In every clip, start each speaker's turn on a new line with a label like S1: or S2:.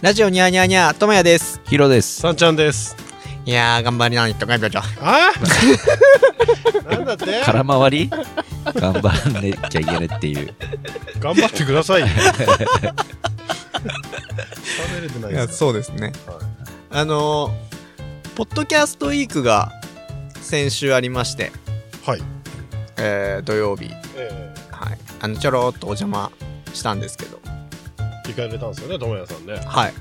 S1: ラジオニャーニャーニャーともやです
S2: ヒロです。
S3: さんちゃんです。
S1: いやー頑張りないとかいびょちょ
S3: あなんだって
S2: 空回り頑張んなきゃいけないっていう。
S3: 頑張ってくだ さいよ。食べれてない
S1: いや
S3: ですか
S1: そうですね、
S3: はい
S1: あのーポッドキャストウィークが先週ありまして、
S3: はい。
S1: えー土曜日、
S3: え
S1: はい、あのちょろっとお邪魔したんですけど
S3: え行かれたんですよね、友也さんね。
S1: はい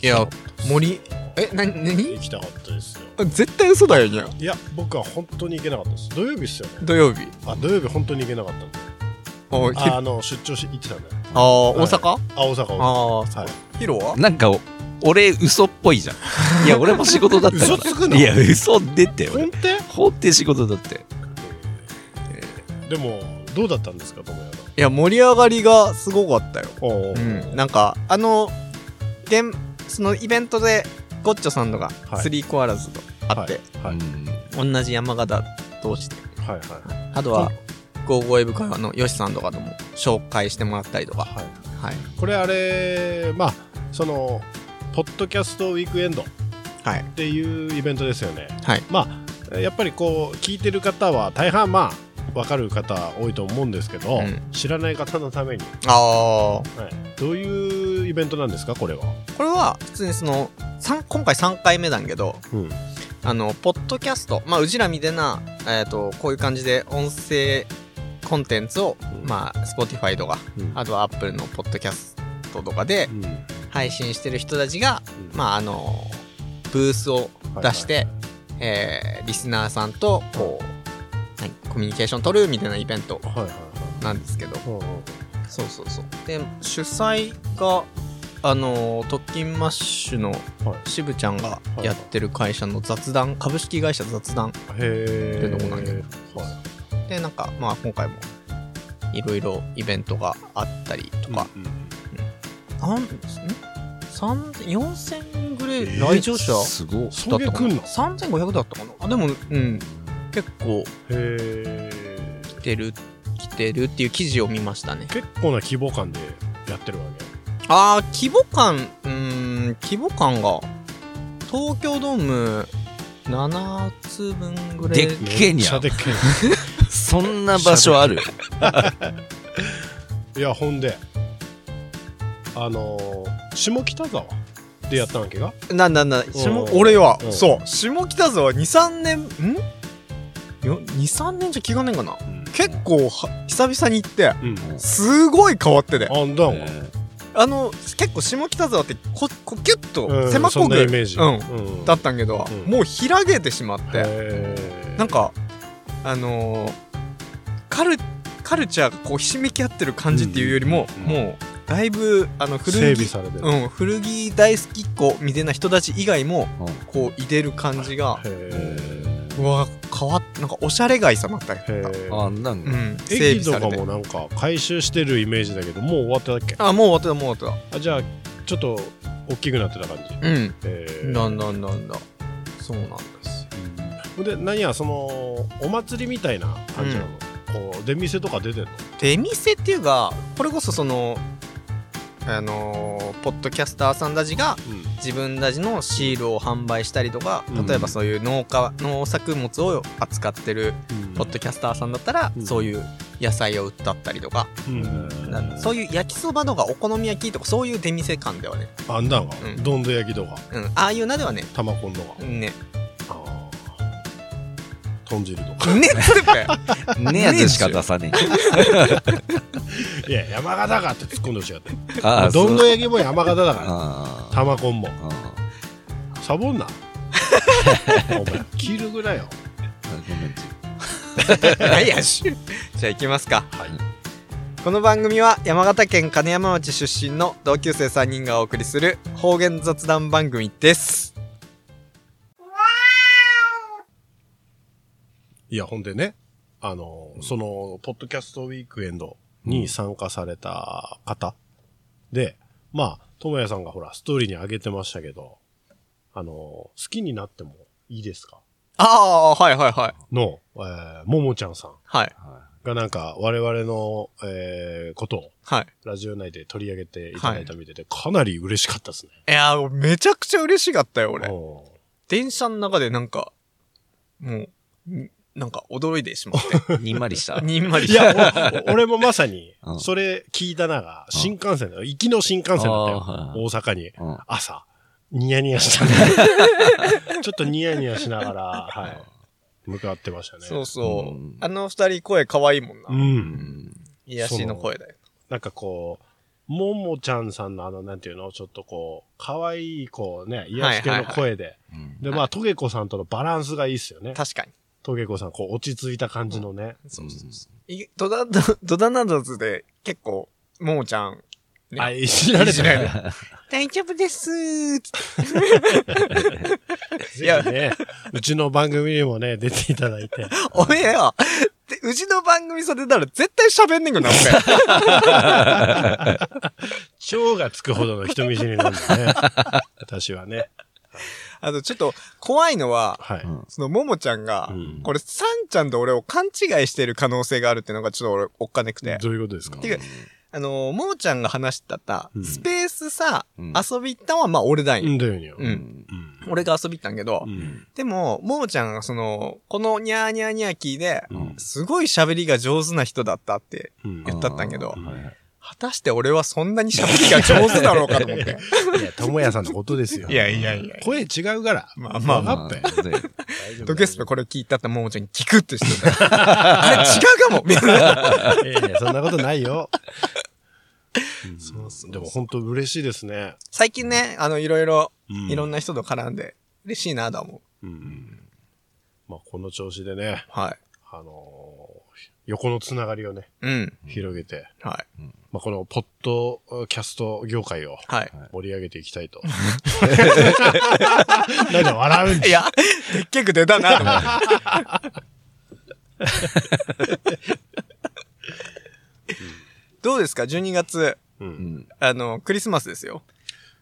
S1: いや森えな
S3: 行
S1: に
S3: きたかったですよ。
S1: 絶対嘘だよにゃ
S3: いや、僕は本当に行けなかったです。土曜日っすよね。
S1: 土曜日
S3: あ、土曜日本当に行けなかったんで。
S1: おひ
S3: あ
S1: あ
S3: あの、出張し行ってたんだよ。
S1: ー大
S3: はい
S1: 阪、
S3: あ、大阪大阪。
S1: ああ
S3: はい。
S1: ヒロは
S2: なんかお俺嘘っぽいじゃん。いや俺も仕事だったから。
S3: 嘘つくの
S2: いや嘘出て
S3: 本
S2: 俺。
S3: 当え
S2: ほって仕事だって。
S3: えでも、どうだったんですか、友也さん。
S1: いや盛り上がりがすごかったよ
S3: おお。
S1: うん、なんかあの現そのイベントでゴッチョさんのが
S3: はい
S1: スリーコアラズとあって、
S3: はい
S2: うん
S1: 同じ山形同士で
S3: はいはい。
S1: あとはゴーゴーエブ会話のヨシさんとかとも紹介してもらったりとか
S3: はい。
S1: はい
S3: これあれまあそのポッドキャストウィークエンドっ
S1: はい
S3: ていうイベントですよね
S1: はい
S3: まあやっぱりこう聞いてる方は大半まあ分かる方多いと思うんですけど、
S1: うん
S3: 知らない方のために、は
S1: ああ
S3: い、どういうイベントなんですかこれは、
S1: これは普通にそのさん今回3回目だけど
S3: うん、
S1: あのポッドキャストまあうちらみたいな、えー、とこういう感じで音声コンテンツを、
S3: うん
S1: まあ Spotify とか
S3: うん
S1: あとは Apple のポッドキャストとかで
S3: うん
S1: 配信してる人たちがまああのブースを出して、
S3: はい
S1: えーリスナーさんとこう何コミュニケーション取るみたいなイベント
S3: はいはいはい
S1: なんですけど
S3: うんうん
S1: そうそうそうで主催があのー特勤マッシュの
S3: はい
S1: 渋ちゃんがやってる会社の雑談株式会社雑談
S3: へ
S1: って
S3: え
S1: とこなんやでなんかまあ今回もいろいろイベントがあったりとか、なんですね4000人ぐらい来場者
S2: すごい。
S3: そげ
S1: だったか
S3: くん
S1: な
S3: のへ
S1: 3500だったかなあでもうん結構
S3: え
S1: 来てる来てるっていう記事を見ましたね
S3: 結構な規模感でやってるわけ
S1: あー規模感うーん規模感が東京ドーム7つ分ぐらい
S2: でっけえに
S3: めっちゃ
S2: ゃ。
S3: でっけえ
S2: そんな場所ある。
S3: いやほんであのー、下北沢でやったわけが
S1: なんだなんだ
S3: お
S1: 下
S3: ー
S1: 俺は
S3: おー
S1: そう下北沢23年ん23年じゃ気がねえかな結構は久々に行って
S3: うん
S1: すごい変わってて
S3: あんだん、
S2: え
S1: あの結構下北沢ってここキュッ
S3: う
S1: と
S3: ん
S1: 狭
S3: そ
S1: こ
S3: ん
S1: く、
S3: なイメージ、
S1: うん
S3: うん
S1: だったんけど、
S3: うん
S1: もう開けてしまって
S3: へー
S1: なんかあのーカルカルチャーがこうひしめき合ってる感じっていうよりも、
S3: うん
S1: もうだいぶあの古
S3: 整備
S1: 着、
S3: されてる、
S1: う
S3: へ
S1: ん、古着大好きっ子みたいな人たち以外も
S2: うん
S1: こういてる感じが
S3: え
S1: うわ変わっなんかおしゃれ街さなったりとか、
S3: へ
S2: あ
S3: ー
S2: なん
S1: う
S2: か。
S1: ん、整備
S3: 駅と
S1: され
S3: か
S1: て
S3: もなんか改修してるイメージだけどもう終わっただっけ
S1: あもう終わってたもう終わっ
S3: あじゃあちょっと大きくなってた感じ、
S1: てたうん
S3: えー
S1: なんだなんだそうなんです
S3: うんで何やそのお祭りみたいな感じなの、こう出店とか出てんの
S1: 出店っていうかこれこそそのあのーポッドキャスターさんたちが
S3: うん
S1: 自分たちのシールを販売したりとか
S3: うん
S1: 例えばそういう農家農作物を扱ってるポッドキャスターさんだったら、
S3: うん
S1: そういう野菜を売ったったりとか、
S3: うん
S1: なんかそういう焼きそばとかお好み焼きとかそういう出店感ではね、
S3: あんだんが、
S1: うん
S3: どんど焼きとか
S1: うん、ああいうなではね
S3: 玉こんとか、
S1: ね
S3: あー豚汁 とか
S1: ねっつって
S2: ねえやつしか出さね
S3: いや山形かって突っ込んでほしかった
S2: え。ああ
S3: ど
S2: そ
S3: んど
S2: うん
S3: 焼きも山形だから
S2: ああ
S3: 玉こんも
S2: あ
S3: サボんな お前切るぐらいよ
S2: あごめんち
S1: はいやしじゃあ行きますか
S3: はい
S1: この番組は山形県金山町出身の同級生3人がお送りする方言雑談番組です
S3: いやほんでねあのそのポッドキャストウィークエンドに参加された方でまあ智也さんがほらストーリーに上げてましたけどあの好きになってもいいですか
S1: ああはいはいはい
S3: の、えーももちゃんさん
S1: はい
S2: はい
S3: がなんか我々の、えー、ことを
S1: はい。
S3: ラジオ内で取り上げていただいたみたいで、かなり嬉しかったですね。
S1: いやー、めちゃくちゃ嬉しかったよ、俺。
S3: うん
S1: 電車の中でなんか、もう、んなんか驚いてしまって。
S2: にんまりした。
S1: にんまり
S3: い や、おお俺もまさに
S2: う、ん
S3: それ聞いたなが、新幹線だよ。行きの新幹線だったよ。
S2: あーはい
S3: 大阪に。
S2: うん
S3: 朝。ニヤニ ヤしたね。ちょっとニヤニヤしながら、はい。向かってましたね。
S1: そうそう
S2: うん。
S1: あの二人声可愛いもんな。
S3: う。
S2: うんん
S1: 癒しの声だよ。
S3: なんかこう、ももちゃんさんのあの、なんていうのちょっとこう、可愛い、こうね、癒し系の声で。
S2: うん
S3: で、まあ、トゲ子さんとのバランスがいいっすよね。
S1: 確かに。
S3: トゲ子さん、こう、落ち着いた感じのね。
S1: そうそうそうい。ドダ、ドドダナドズで結構、ももちゃん、ね
S3: あ、いじられて
S1: いじられ
S3: ね
S1: て。 大丈夫ですーっつってい
S3: ぜ
S1: や
S3: ひね、うちの番組にもね、出ていただい て。
S1: おめえよ、でうちの番組それなら絶対喋んねんけどな、 俺。
S3: 蝶がつくほどの人見知りなん だね。私はね。
S1: あと、ちょっと怖いのは、
S3: はい。
S2: うん
S1: その、ももちゃんが、
S3: うん
S1: これ、さんちゃんと俺を勘違いしてる可能性があるっていうのがちょっと俺、おっかねくて。
S3: どういうことですか
S1: ていうか、あのー、ももちゃんが話してた
S3: う、ん
S1: スペースさ、
S2: うん
S1: 遊び行ったんは、まあ、俺だん
S3: う
S1: よ。
S3: んだよにゃ。
S1: う。
S2: うんん
S3: うん
S1: 俺が遊び行ったんけど
S3: う、ん
S1: でも、ももちゃんがその、このニャーニャーニャーキーで、
S3: うん
S1: すごい喋りが上手な人だったって
S3: うん
S1: 言ったったんけど
S2: う、んはいはい
S1: 果たして俺はそんなに喋りが上手だろうかと思って。
S3: いや、ともやさんのことですよ。
S1: いやいやいや。
S3: 声違うから。
S1: まあまあ
S3: 分かったよ。
S2: で
S1: ドケスペこれ聞いたったももちゃんにギクッとして た。あれ違うかもみたいな。
S3: いやいや、そんなことな いよ。でも本当嬉しいですね。
S1: 最近ね、あの、いろいろ、
S3: うん
S1: いろんな人と絡んで、嬉しいなとは思う。
S3: うんまあ、この調子でね、
S1: はい。
S3: あのー横のつながりをね、
S1: うん。
S3: 広げて、
S1: はい。
S3: まあ、このポッドキャスト業界を
S1: はい。
S3: 盛り上げていきたい と。 なんで笑うん
S1: いや、でっけく出たな と思って。どうですか ?12 月、
S3: う、
S2: うんん
S1: あの、クリスマスですよ。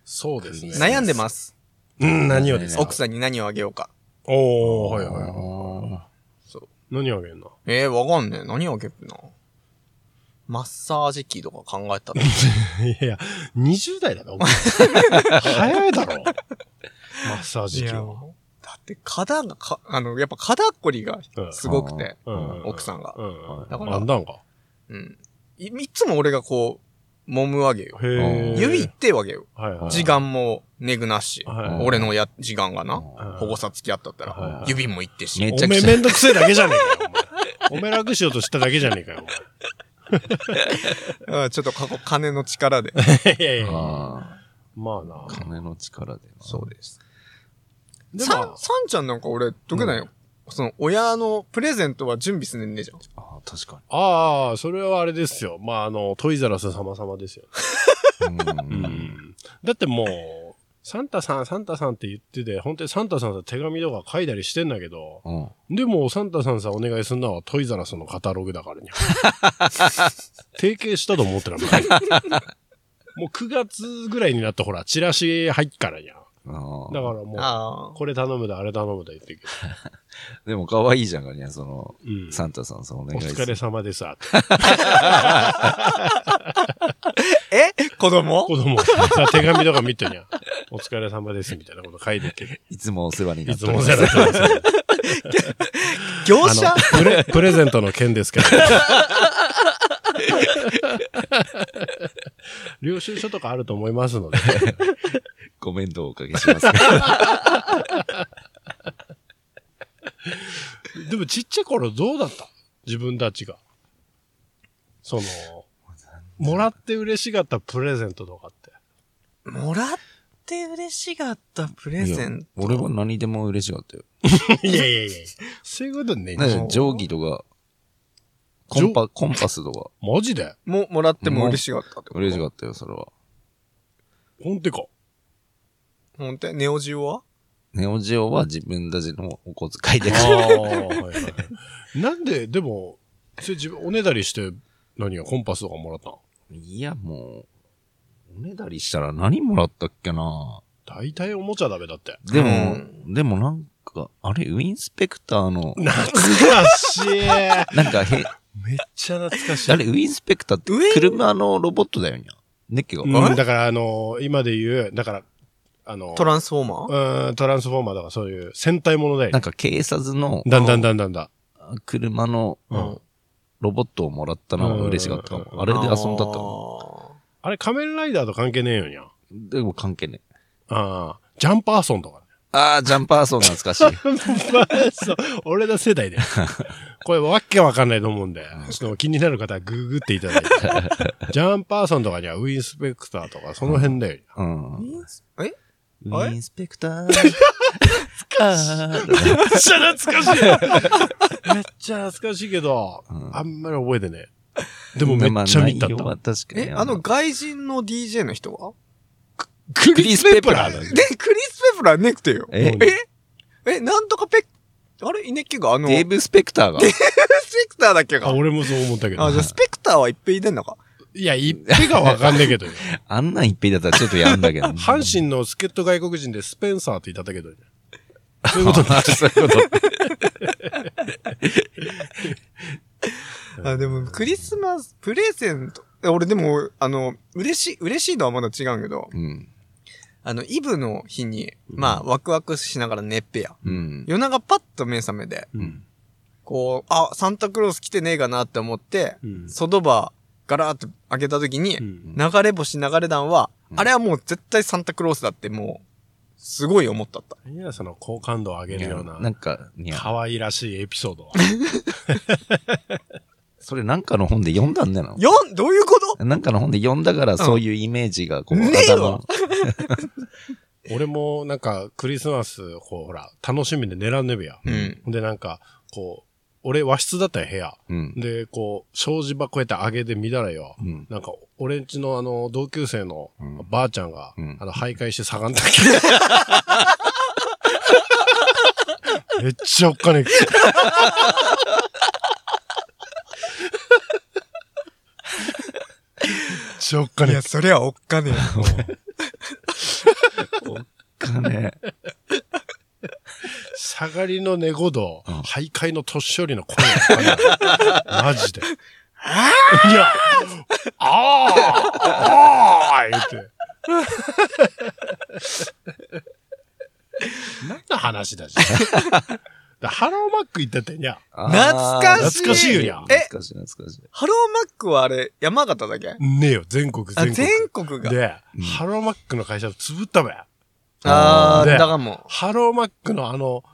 S3: そうですね。
S1: 悩んでます。
S3: うん、何をですか
S1: 奥さんに何をあげようか。
S3: おー、はいはいはい。
S2: あ
S1: そう。
S3: 何あげんの
S1: ええわかんねえ。何あげるな。マッサージ機とか考えたら。
S3: いやいや、20代だろ、お前 早いだろ。マッサージ機は。
S1: だって、肩がか、あの、やっぱ肩こりがすごくて、
S3: うう
S1: 奥さんが
S3: う。ん。
S1: だか
S3: だからら。あんだんか。
S1: うん。いいつも俺がこう、揉むわけよ。
S3: へえ。
S1: 指一定わけよ。
S3: はいはい。
S1: 時間もねぐなっし。
S3: はい
S1: 俺のや、時間がな。
S2: ー
S1: 保護者付き合ったった
S3: はい
S1: ら
S3: は、い
S1: 指もいってし。
S2: め
S3: おめえめんどくせえだけじゃねえかよ、お前。おめえ楽しようとしただけじゃねえかよ、
S1: うんちょっと過去、金の力 で。
S3: お前。いやいやいや
S2: あ
S3: まあな
S2: ー。金の力でな。
S1: そうです。
S3: で
S1: さん、
S3: も、
S1: さんちゃんなんか俺、どけないよ。その、親のプレゼントは準備すねんねえじゃん。
S2: ああ、確か
S3: ああ、それはあれですよ。まあ、あの、トイザらス様様ですよ。
S2: に。うん
S3: だってもう、サンタさん、サンタさんって言ってて、本当にサンタさんさ、手紙とか書いたりしてんだけど、
S2: うん。
S3: でもサンタさんさ、お願いすんのはトイザラスのカタログだからに。 提携したと思ってなかった。 もう9月ぐらいになったほら、チラシ入っからにゃ。
S2: あ
S3: だ
S2: あ
S3: からも
S1: あ
S3: う、これ頼むだ、あれ頼むだ言ってるけ
S2: でも可愛いじゃんかね、その、
S3: ど。うん
S2: サンタさんさ、お願
S3: お
S2: い
S3: 疲れ様ですって。
S1: あ。え子供
S3: 子供、さ手紙とか見てにゃ。お疲れ様ですみたいなこと書いてて。
S2: いつもお世話にないって
S3: つ
S2: おり
S3: もお
S2: ます
S3: 世話になってます。
S1: 業
S3: あ
S1: 者
S3: のプレ、プレゼントの 件ですけど。領収書とかあると思いますので。
S2: ご面倒をおかけします。あ
S3: でもちっちゃい頃どうだった自分たちが。その、もらって嬉しかったプレゼントとかって。
S1: もらって嬉しかったプレゼント。
S2: 俺は何でも嬉しかったよ。
S3: いやいやいやそういうことね。
S2: なんか定規とか、コンパ、コンパスとか、
S3: マジで
S1: も、もらっても嬉しかったってこと
S2: 嬉しかったよ、それは。
S3: ほんてか。
S1: ほんとネオジオは
S2: ネオジオは自分たちのお小遣いで
S3: ああ、はいはい。 なんで、でも、それ自分、おねだりして、何がコンパスとかもらったの
S2: いや、もう、おねだりしたら何もらったっけな
S3: 大体おもちゃダメだって。
S2: でも、
S1: う
S2: でもなんか、あれ、ウィンスペクターの、
S3: 懐かしい。
S2: なんかへ、
S3: めっちゃ懐かし い。
S2: あれ、ウィンスペクターって
S1: ウィン
S2: 車のロボットだよにゃ。ねっけが。
S3: うん
S2: あれ
S3: だから、あのー今で言う、だから、あのー
S1: トランスフォーマー
S3: うん、トランスフォーマーだからそういう戦隊ものだよ
S2: なん
S3: ね。
S2: か警察の
S3: だんだんだんだんだ。
S2: 車の
S3: うん。
S2: ロボットをもらったのは嬉しかったか
S3: うんうん
S2: も。
S3: うん
S2: あれで遊んだったの。
S1: の
S3: あれ仮面ライダーと関係ねえよにゃ。
S2: でも関係ねえ。
S3: ああ、ジャンパーソンとかね。
S2: ああ、ジャンパーソン懐か しい。
S3: そう俺ら世 代で。これわけわかんないと思うんで、ちょっと気になる方はググっていただいて。 ジャンパーソンとかにはウィンスペクターとかその辺だよ。
S2: うん。ウ
S1: えあれ
S2: ィンスペクター。あー
S3: めっ ちゃ懐 かしいめっちゃ懐かしいけど、
S2: うん
S3: あんまり覚えてねえ。でもめっちゃ見た
S2: まあ内
S3: っ
S2: 容
S3: た。
S2: は確かに。
S1: え、あの外人の DJ の人は
S2: クリス・ペプラーだ
S1: で、
S2: ね
S1: クリス・ペプラーネクテよ。
S2: え
S3: うん
S1: ええ、なんとかペッ、あれイネッキがあの、
S2: デーブ・スペクターが。
S1: スペクターだっけ
S3: あ
S1: か。
S3: 俺もそう思ったけ
S1: あ、
S3: ど
S1: じゃ。あスペクターは一平いでんのか。
S3: いや、一手がわかんねえけどよ。
S2: あんなん一平だったらちょっとやんだけど。
S3: 阪神の助っ人外国人でスペンサーって言ったんだけどね。そういうこと
S2: あそういうこと。
S1: あ、でも、クリスマス、プレゼント。え俺でも、あの、嬉しい、嬉しいのはまだ違うけど、
S2: うん。
S1: あの、イブの日に、まあ、ワクワクしながら寝っぺや。
S2: うん。
S1: 夜中パッと目覚めて、
S2: うん。
S1: こう、あ、サンタクロース来てねえかなって思って、
S3: うん
S1: 外場、ガラーって開けた時に、
S3: うん
S1: 流れ星流れ弾は、
S2: ん
S1: あれはもう絶対サンタクロースだってもう、すごい思ったった。
S3: 何や、その好感度を上げ
S2: い
S3: るよ
S2: や
S3: うな、
S2: なんか、いや
S3: 可愛らしいエピソードは。
S2: それなんかの本で読んだんだよ
S1: よんどういうこと
S2: な。なんかの本で読んだから、そういうイメージが、こう、
S1: ねえわ
S2: 頭。
S3: 俺もなんかクリスマス、こうほら、楽しみで狙んねべや。
S1: うん。
S3: でなんか、こう、俺和室だったよ、部屋。
S2: うん。
S3: で、こう、障子箱やって上げてみたらよ。
S2: うん
S3: なんか、俺んちのあの、同級生の
S2: うん
S3: ばあちゃんが、
S2: うん
S3: あの、徘徊して 下がんだけど。めっちゃおっかねえくせ めっちゃおっか
S1: い
S3: ねえ
S1: や、
S3: くせ
S1: そりゃおっか ね
S2: かね。
S3: 下がりの寝言、
S2: うん
S3: 徘徊の年寄りの声がおっかねえマジで。いや、ああああ言って。何の話だし。だハローマック行ったってにゃ。
S1: 懐かしい
S3: 懐かしいよりゃ
S2: え懐かしい、懐かしい。
S1: ハローマックはあれ、山形だけ
S3: ねえよ、全国、
S1: あ、
S3: 全国。
S1: 全国が。
S3: で、
S2: うん
S3: ハローマックの会社潰ったべ。
S1: あー、
S3: で
S1: だからも
S3: ハローマックのあの、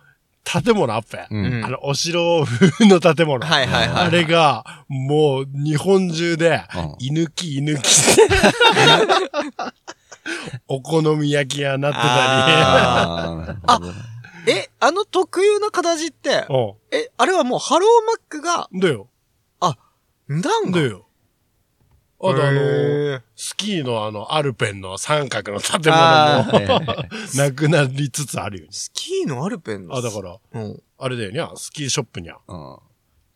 S3: 建物あっべ。
S2: う。
S1: う。うんん
S3: あの、お城風の 建物。
S1: はいはいはい。
S3: あれが、もう、日本中で、居抜き居 抜きして、お好み焼き屋なってた
S2: ああ、なるほどね
S1: え、あの特有の形って
S3: り。、 う
S1: え、あれはもうハローマックが、
S3: ん。だよ。
S1: んだん
S3: だ
S1: が。
S3: よ。あとあ
S1: へ
S3: の、
S1: ー
S3: スキーのあの、アルペンの三角の建
S1: あ
S3: 物
S2: ー
S3: も、なくなりつつあるよね。
S1: スキーのアルペンの。
S3: あ、だから、
S1: ら。うん。
S3: あれだよにゃ、スキーショップにゃ、
S2: うん。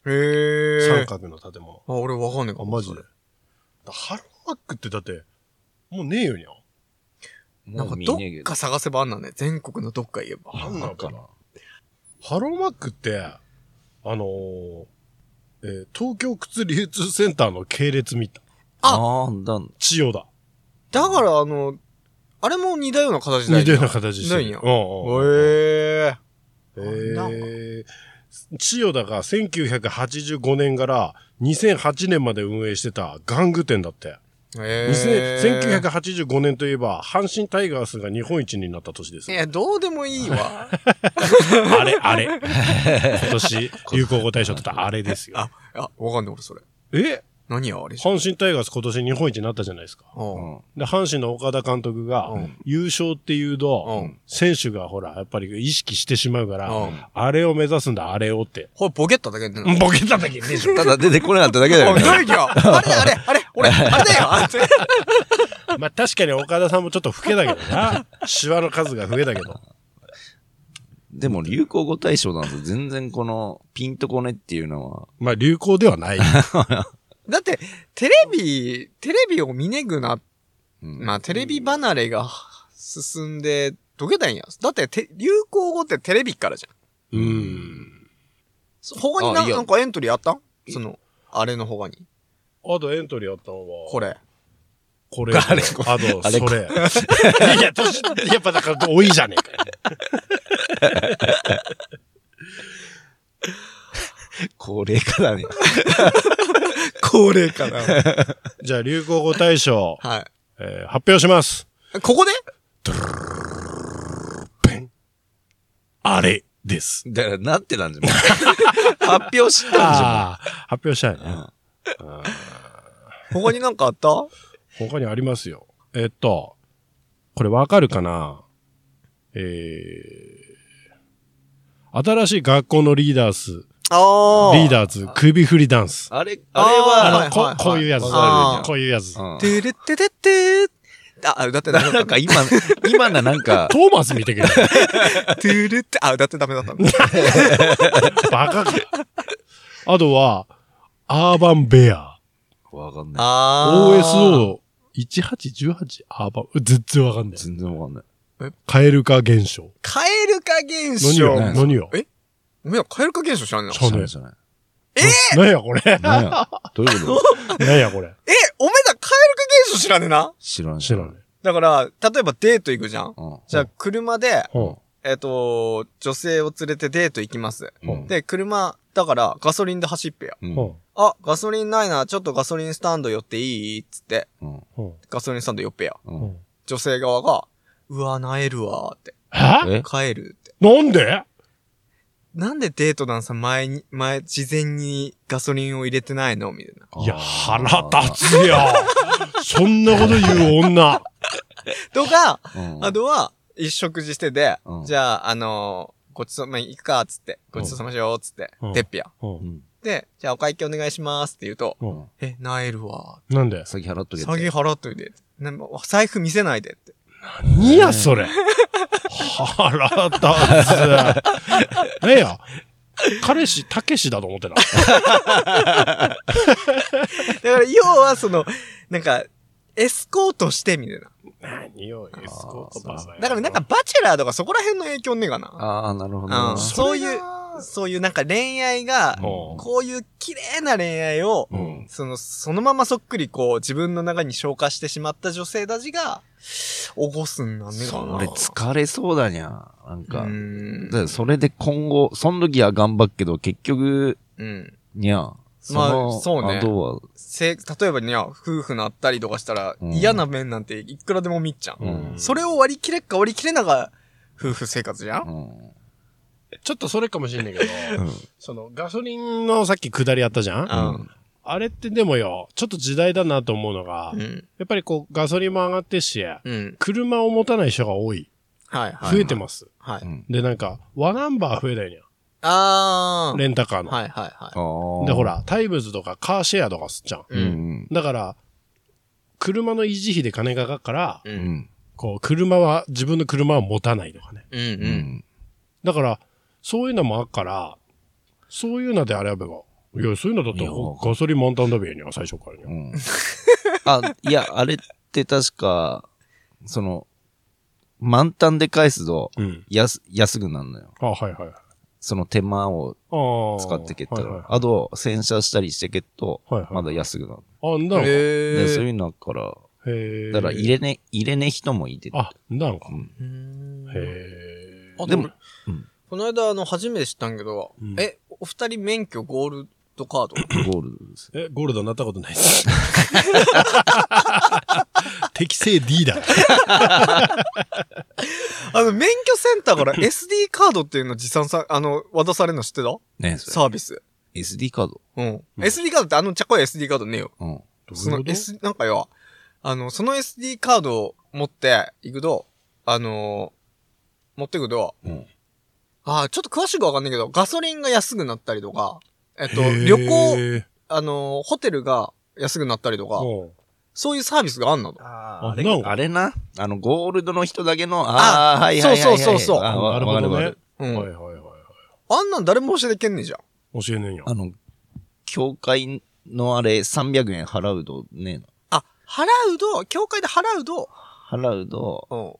S1: へ
S3: 三
S1: ー。
S3: 角の建物。
S1: あ、俺わかんねえか
S3: あ、
S1: も
S3: マジで。
S1: それ
S3: だハローマックってだって、もうねえよにゃ。
S1: なんかどっか探せばあんなんね。全国のどっか言えば。
S3: あん
S2: な
S3: の
S2: ん
S3: か
S2: か
S3: な
S2: な。
S3: ハローマックって、あのーえー東京靴流通センターの系列見た。
S1: あ
S2: あー、だん
S3: 千代だ。
S1: だからあの、あれも似たような形だよね。
S3: 似たような形して
S1: な
S3: る。
S1: いんや
S3: うんうんうん。
S1: へー。なんか
S3: えー、千代田が1985年から2008年まで運営してた玩具店だって。
S1: え
S3: 2000 1985年といえば、阪神タイガースが日本一になった年です
S1: い。や、どうでもいいわ。
S3: あれ、あれ。今年、流行語大賞取ったあれですよ
S1: あ。、あ、わかんない俺それ。
S3: え
S1: 何や、あれ。
S3: 阪神タイガース今年日本一になったじゃないですか。
S1: うん。
S2: う
S3: で、阪神の岡田監督が
S1: うん、
S3: 優勝っていうと、
S1: うん
S3: 選手がほら、やっぱり意識してしまうから、
S1: うん
S3: あれを目指すんだ、あれをって。
S1: これボケっただけで。
S3: ボケただけでしょ
S2: ん。。ただ出てこなかっただけ
S1: お
S2: だよ
S1: い、
S2: ね。
S1: どれよ あれあれあれ俺、あれだよあれ
S3: まあ確かに岡田さんもちょっと老けたけどな。シワの数が増えたけど。
S2: でも流行語大賞なんて全然このピンとこねっていうのは、
S3: まあ流行ではない。
S1: だって、テレビ、テレビを見ねぐな、
S2: うん
S1: まあ、テレビ離れが進んで、どけたんや。だってて、流行語ってテレビからじゃん。
S3: うん。
S1: そ他にな
S2: あいや
S1: なんかエントリーあったんその、あれの他に。
S3: あとエントリーあったのは、
S1: これ。
S3: これ。あれ、あと、
S2: あれ
S3: それ。 いや、年、やっぱだから多いじゃねえかよ。
S2: 高齢化だね。
S1: これかな。
S3: じゃあ、流行語大賞、
S1: は
S3: えー発表します。
S1: い。ここで
S3: あれです。
S2: だから、なってたんじゃん。もう発表したんじゃ
S3: ああ、発表したい
S2: ん。う
S3: ね。
S2: ん
S3: あ
S1: 他になんかあった
S3: ー他にありますよ。えっと、これわかるかなえー、新しい学校のリーダース、
S1: ああ。
S3: リーダーズ首振りダンス。
S2: あれ、
S1: あー
S2: あ
S1: は
S3: あ
S1: い
S3: の、こ
S1: はい
S3: こういうやつ。
S1: あー
S3: こういうやつ。
S2: れ
S3: ト
S2: は、
S1: トゥルッテテッテー。あ、歌ってダメだ
S2: な
S1: っ
S2: ん
S1: た。
S2: か今、今のなんか、
S3: ーマス見てくれ。
S1: トゥルッテ、あ、歌ってダメだったん だ。
S3: バカか。あとは、アーバンベア。
S2: わかんない。
S1: ああ。
S3: OSO1818 アーバン、全然わかんない。
S2: 全然わかんない。
S3: カエル化現象。
S1: カエル化現
S3: 何
S1: 象。
S3: よ、
S2: ね
S3: 何よ
S1: え。おめえらカエル化現象知らんねえ
S3: 知ら
S1: な。
S3: んね
S2: 知らない。
S3: 何やこれ。
S2: 何やどういうこと
S3: 何やこれ。
S1: え、おめえらカエル化現象知らねえな。
S2: 知らん
S3: 知らんね。
S1: だから、例えばデート行くじゃん。
S2: うん。
S1: じゃあ、車で、
S3: うん。
S1: えっ、と、女性を連れてデート行きます。
S2: うん
S1: で、車、だから、ガソリンで走っぺや。
S2: う
S3: うんん。
S1: あ、ガソリンないな、ちょっとガソリンスタンド寄っていいっつって、
S2: うん。
S3: うん。
S1: ガソリンスタンド寄っぺや。
S2: う。
S3: うんん。
S1: 女性側が、うわ、なえるわーって。
S3: は
S2: え
S1: 帰るって。
S3: なんで
S1: なんでデートなんさ、前に、前、事前にガソリンを入れてないのみたいな。
S3: いや、腹立つよ。そんなこと言う女。
S1: とか、
S2: つ。うん
S1: あとは、一食事してて、
S2: うん
S1: じゃあ、あのーごちそう、まあ、行くか、つって、ごちそうさましよう、つって
S3: うん、
S1: でっぴや。
S3: うん。
S2: ん。
S1: で、じゃあお会計お願いしますって言うと、
S3: うん。
S1: え、なえるわ。
S3: なんで
S2: 先払っとけって。
S1: 詐欺払っといて。な財布見せないでって。
S3: いや、それ。腹立つ。ええや。彼氏、たけしだと思ってた。
S1: だから、要はそ の、なんか、エスコートしてみたいな。
S3: 何をエ
S2: スコートバカ
S1: だからなんか、バチェラーとかそこら辺の影響ねえかな。
S2: ああ、なるほど
S1: う。。
S2: なん
S3: そ
S1: そう
S3: れが
S1: いう、そういうなんか恋愛が、
S3: うん
S1: こういう綺麗な恋愛を、
S3: うん。
S1: その、そのままそっくりこう、自分の中に消化してしまった女性たちが、起こすんなんねえかな。
S2: それ疲れそうだにゃ。なん
S1: う
S2: か。
S1: ん
S2: だからそれで今後、その時は頑張っけど、結局、
S1: うん。
S2: にゃ。そ
S1: まあ
S2: の
S1: そうね
S2: 後は、
S1: せ、例えばね、夫婦なったりとかしたら、
S2: うん
S1: 嫌な面なんていくらでも見っちゃう。
S2: うん
S1: それを割り切れっか割り切れなが、夫婦生活じゃん、
S2: うん。。
S3: ちょっとそれかもしんないけど、そのガソリンのさっき下りあったじゃん
S1: あうん
S3: あれってでもよ、ちょっと時代だなと思うのが、
S1: うん、
S3: や
S1: うん。
S3: っぱりこうガソリンも上がってっし、
S1: うん。
S3: 車を持たない人が多い。
S1: はい、はい。
S3: 増えてます。
S1: はいう
S2: ん。
S3: で、なんか、和ナンバー増えないのよ。
S1: あー。
S3: レンタカーの。
S1: はい、はい、は
S2: ああ。
S3: で、ほ。ら、タイムズとかカーシェアとかすっちゃん。
S1: い。
S2: う
S1: うん。
S2: ん。
S3: だから、車の維持費で金がかかるから、
S1: う。
S2: うんん。
S3: こう、車は、自分の車は持たないとかね。
S1: うん。う。
S2: うんん。
S3: だから、そういうのもあるから、そういうのであれば、いや、そういうのだった
S2: いや
S3: らガソリン満タンだべやにゃ、最初からにゃ。
S2: うん。あ、いや、あれって確か、その、満タンで返すと、
S3: うん。
S2: 安、安くなるのよ。
S3: あ、はいはい。
S2: その手間を
S3: ああ。
S2: 使ってけったら。
S3: はいはい
S2: あと、洗車したりしてけっと、
S3: はいはい
S2: まだ安くなる。
S3: あ、なんか。へ
S2: で、そう
S1: へ
S2: いうのから、
S3: え。
S2: だから入れね、入れね人もいて。
S3: あ、なんか
S2: う。ん。
S1: ー。
S3: へえ。
S1: あ、
S2: で
S1: で
S2: も
S1: も、
S2: うん
S1: この間、あの、初めて知ったんけど、
S3: うん
S1: え、お二人免許ゴールドカード
S2: ゴールドです。
S3: え、ゴールドになったことないです。 適正 D だ。
S1: あの、免許センター から SD カードっていうの持参さ、あの、渡されるの知ってた
S2: ねそ
S1: サービス。
S2: れ。SD カード。
S1: うん。SD カードってあのちゃこい SD カードねえよ。
S2: うん。
S1: その S、なんかよ、あの、その SD カードを持っていくと、あのー持っていくと、
S2: うん。
S1: ああ、ちょっと詳しくわかんないけど、ガソリンが安くなったりとか、えっと、
S3: へー
S1: 旅行、、あのーホテルが安くなったりとか、
S3: うん
S1: そういうサービスがあんなの。
S2: あ
S3: な
S2: れ
S3: んか
S2: あれな。あの、ゴールドの人だけの、ああ、はいはいはいはい。
S1: そうそうそうそう
S2: あわ
S3: なる
S2: わ
S3: ほ
S2: かる
S3: ど
S2: わか
S3: ね。は
S2: る
S3: い。
S1: うん。
S3: はいはいは
S1: あんなん誰も教えてけんねえじゃん。
S3: い。教えねえよ
S2: あ。の、教会のあれ、300円払うとねえの。
S1: あ、払うと、協会で払うと、
S2: 払うと、
S1: うん。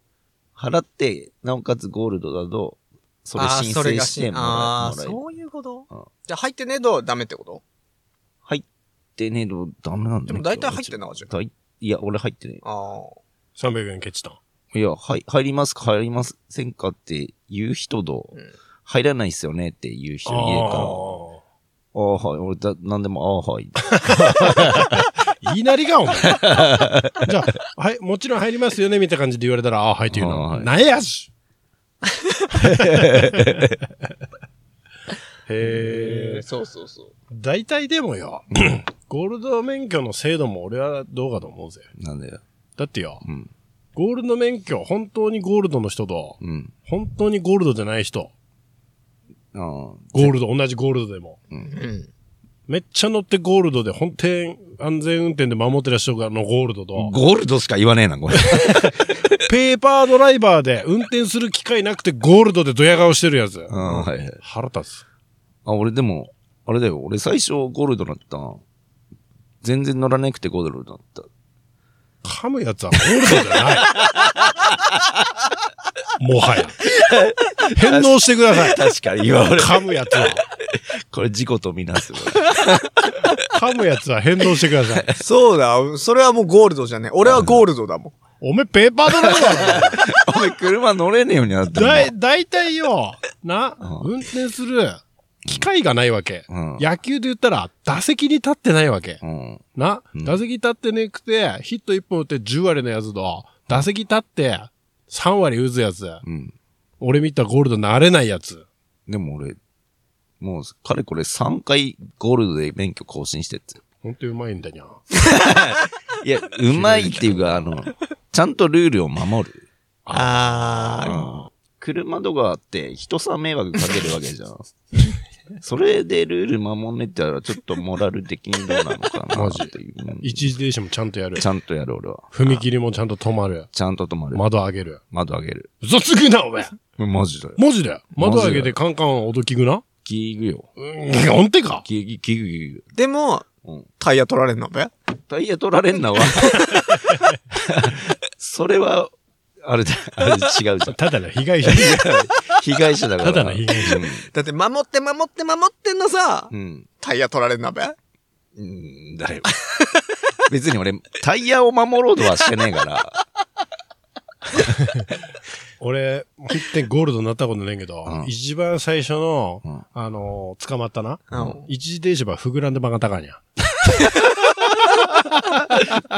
S2: 払って、なおかつゴールドだと、それ
S1: あー
S2: 申請してもら
S1: あー
S2: えもらえる。
S1: そういうこと
S2: うん
S1: じゃあ入ってねえとダメってこと
S2: 入っってねえとダメなん
S1: で
S2: だ
S1: も大体入ってんなじゃん
S2: ん。いや、俺入ってね
S1: あ
S3: 300円ケチたん。
S2: え。いや、はい、入りますか入りませんかって言う人と
S1: あ、、うん。
S2: 入らないっすよねっていう人に言えたら、ああー、はい、俺だ、なんでも、ああー、はい。
S3: 言いなりが、お前。 じゃあ、はい、もちろん入りますよね、みたいな感じで言われたら、ああ、はいっていうの。
S2: あーはい
S3: なんや しへえ。
S1: そうそうそう。
S3: 大体で もよ、ゴールド免許の制度も俺はどうかと思うぜ。
S2: なんだよ。
S3: だってよ、
S2: うん。
S3: ゴールド免許、本当にゴールドの人と、
S2: うん。
S3: 本当にゴールドじゃない人、
S2: ああ。ゴ
S3: ゴールド、同じゴールドでも、
S1: うん。
S3: めっちゃ乗ってゴールドで、本店、安全運転で守ってらっしゃる人のゴールドと、
S2: ールドしか言わねえな、これ。
S3: ペーパードライバーで運転する機会なくてゴールドでドヤ顔してるやつ。
S2: うん、はいはい。
S3: 腹立つ。
S2: あ、俺でも、あれだよ、俺最初ゴールドだった。全然乗らなくてゴールドだった。
S3: 噛むやつはゴールドじゃない。もはや。返納してください。
S2: 確かに言われ
S3: 噛むやつは。
S2: これ事故とみなすわ。
S3: 噛むやつは返納してください。
S1: そうだ、それはもうゴールドじゃねえ。俺はゴールドだもん。
S3: おめえペーパードライバーだろ
S2: お前車乗れねえようになったん
S3: だ
S2: だ
S3: い、だいたいよ、な、運転する機会がないわけ。
S2: うん
S3: 野球で言ったら打席に立ってないわけ。
S2: うん。
S3: な、打席立ってねくて、ヒット1本打って10割のやつと、打席立って3割打つやつ。
S2: うん。
S3: 俺見たゴールドなれないやつ。
S2: でも俺、もう、かれこれ3回ゴールドで免許更新してって。
S3: ほんとうまいんだにゃ。
S2: いや、うまいっていうか、あの、ちゃんとルールを守る。
S1: あ
S2: 車とかって人さ迷惑かけるわけじゃん。それでルール守んねえってたら、ちょっとモラル的にどうなのかなっていう。うん
S3: 一時停止もちゃんとやる
S2: ち。ゃんとやる、俺は。
S3: 踏切もちゃんと止まる。
S2: ちゃんと止まる。
S3: 窓上げる。
S2: 窓上げる。
S3: 嘘つくな、お前
S2: マジだよ。
S3: マジで窓上げ
S2: マジ
S3: てカンカン音聞くな
S2: ギグよ。
S3: うん、ほんてか
S2: ギグ、ギグ、ギグ。
S1: あ。でも、
S2: うん。
S1: タイヤ取られんのべ
S2: タイヤ取られんなわ。それは、あれだ、あれ違うじゃん。
S3: ただの被害者。
S2: 被害者だから。
S3: ただの被害者
S1: だって守って守って守ってんのさ、
S2: うん。
S1: タイヤ取られんのべ
S2: うん、だよ。別に俺、タイヤを守ろうとはしてねえから。
S3: 俺、ほんとにゴールドになったことないけど、
S2: うん
S3: 一番最初の、
S2: うん
S3: あのー捕まったな。
S1: うん
S3: 一時停止ばふぐらんでバカ高いにゃ。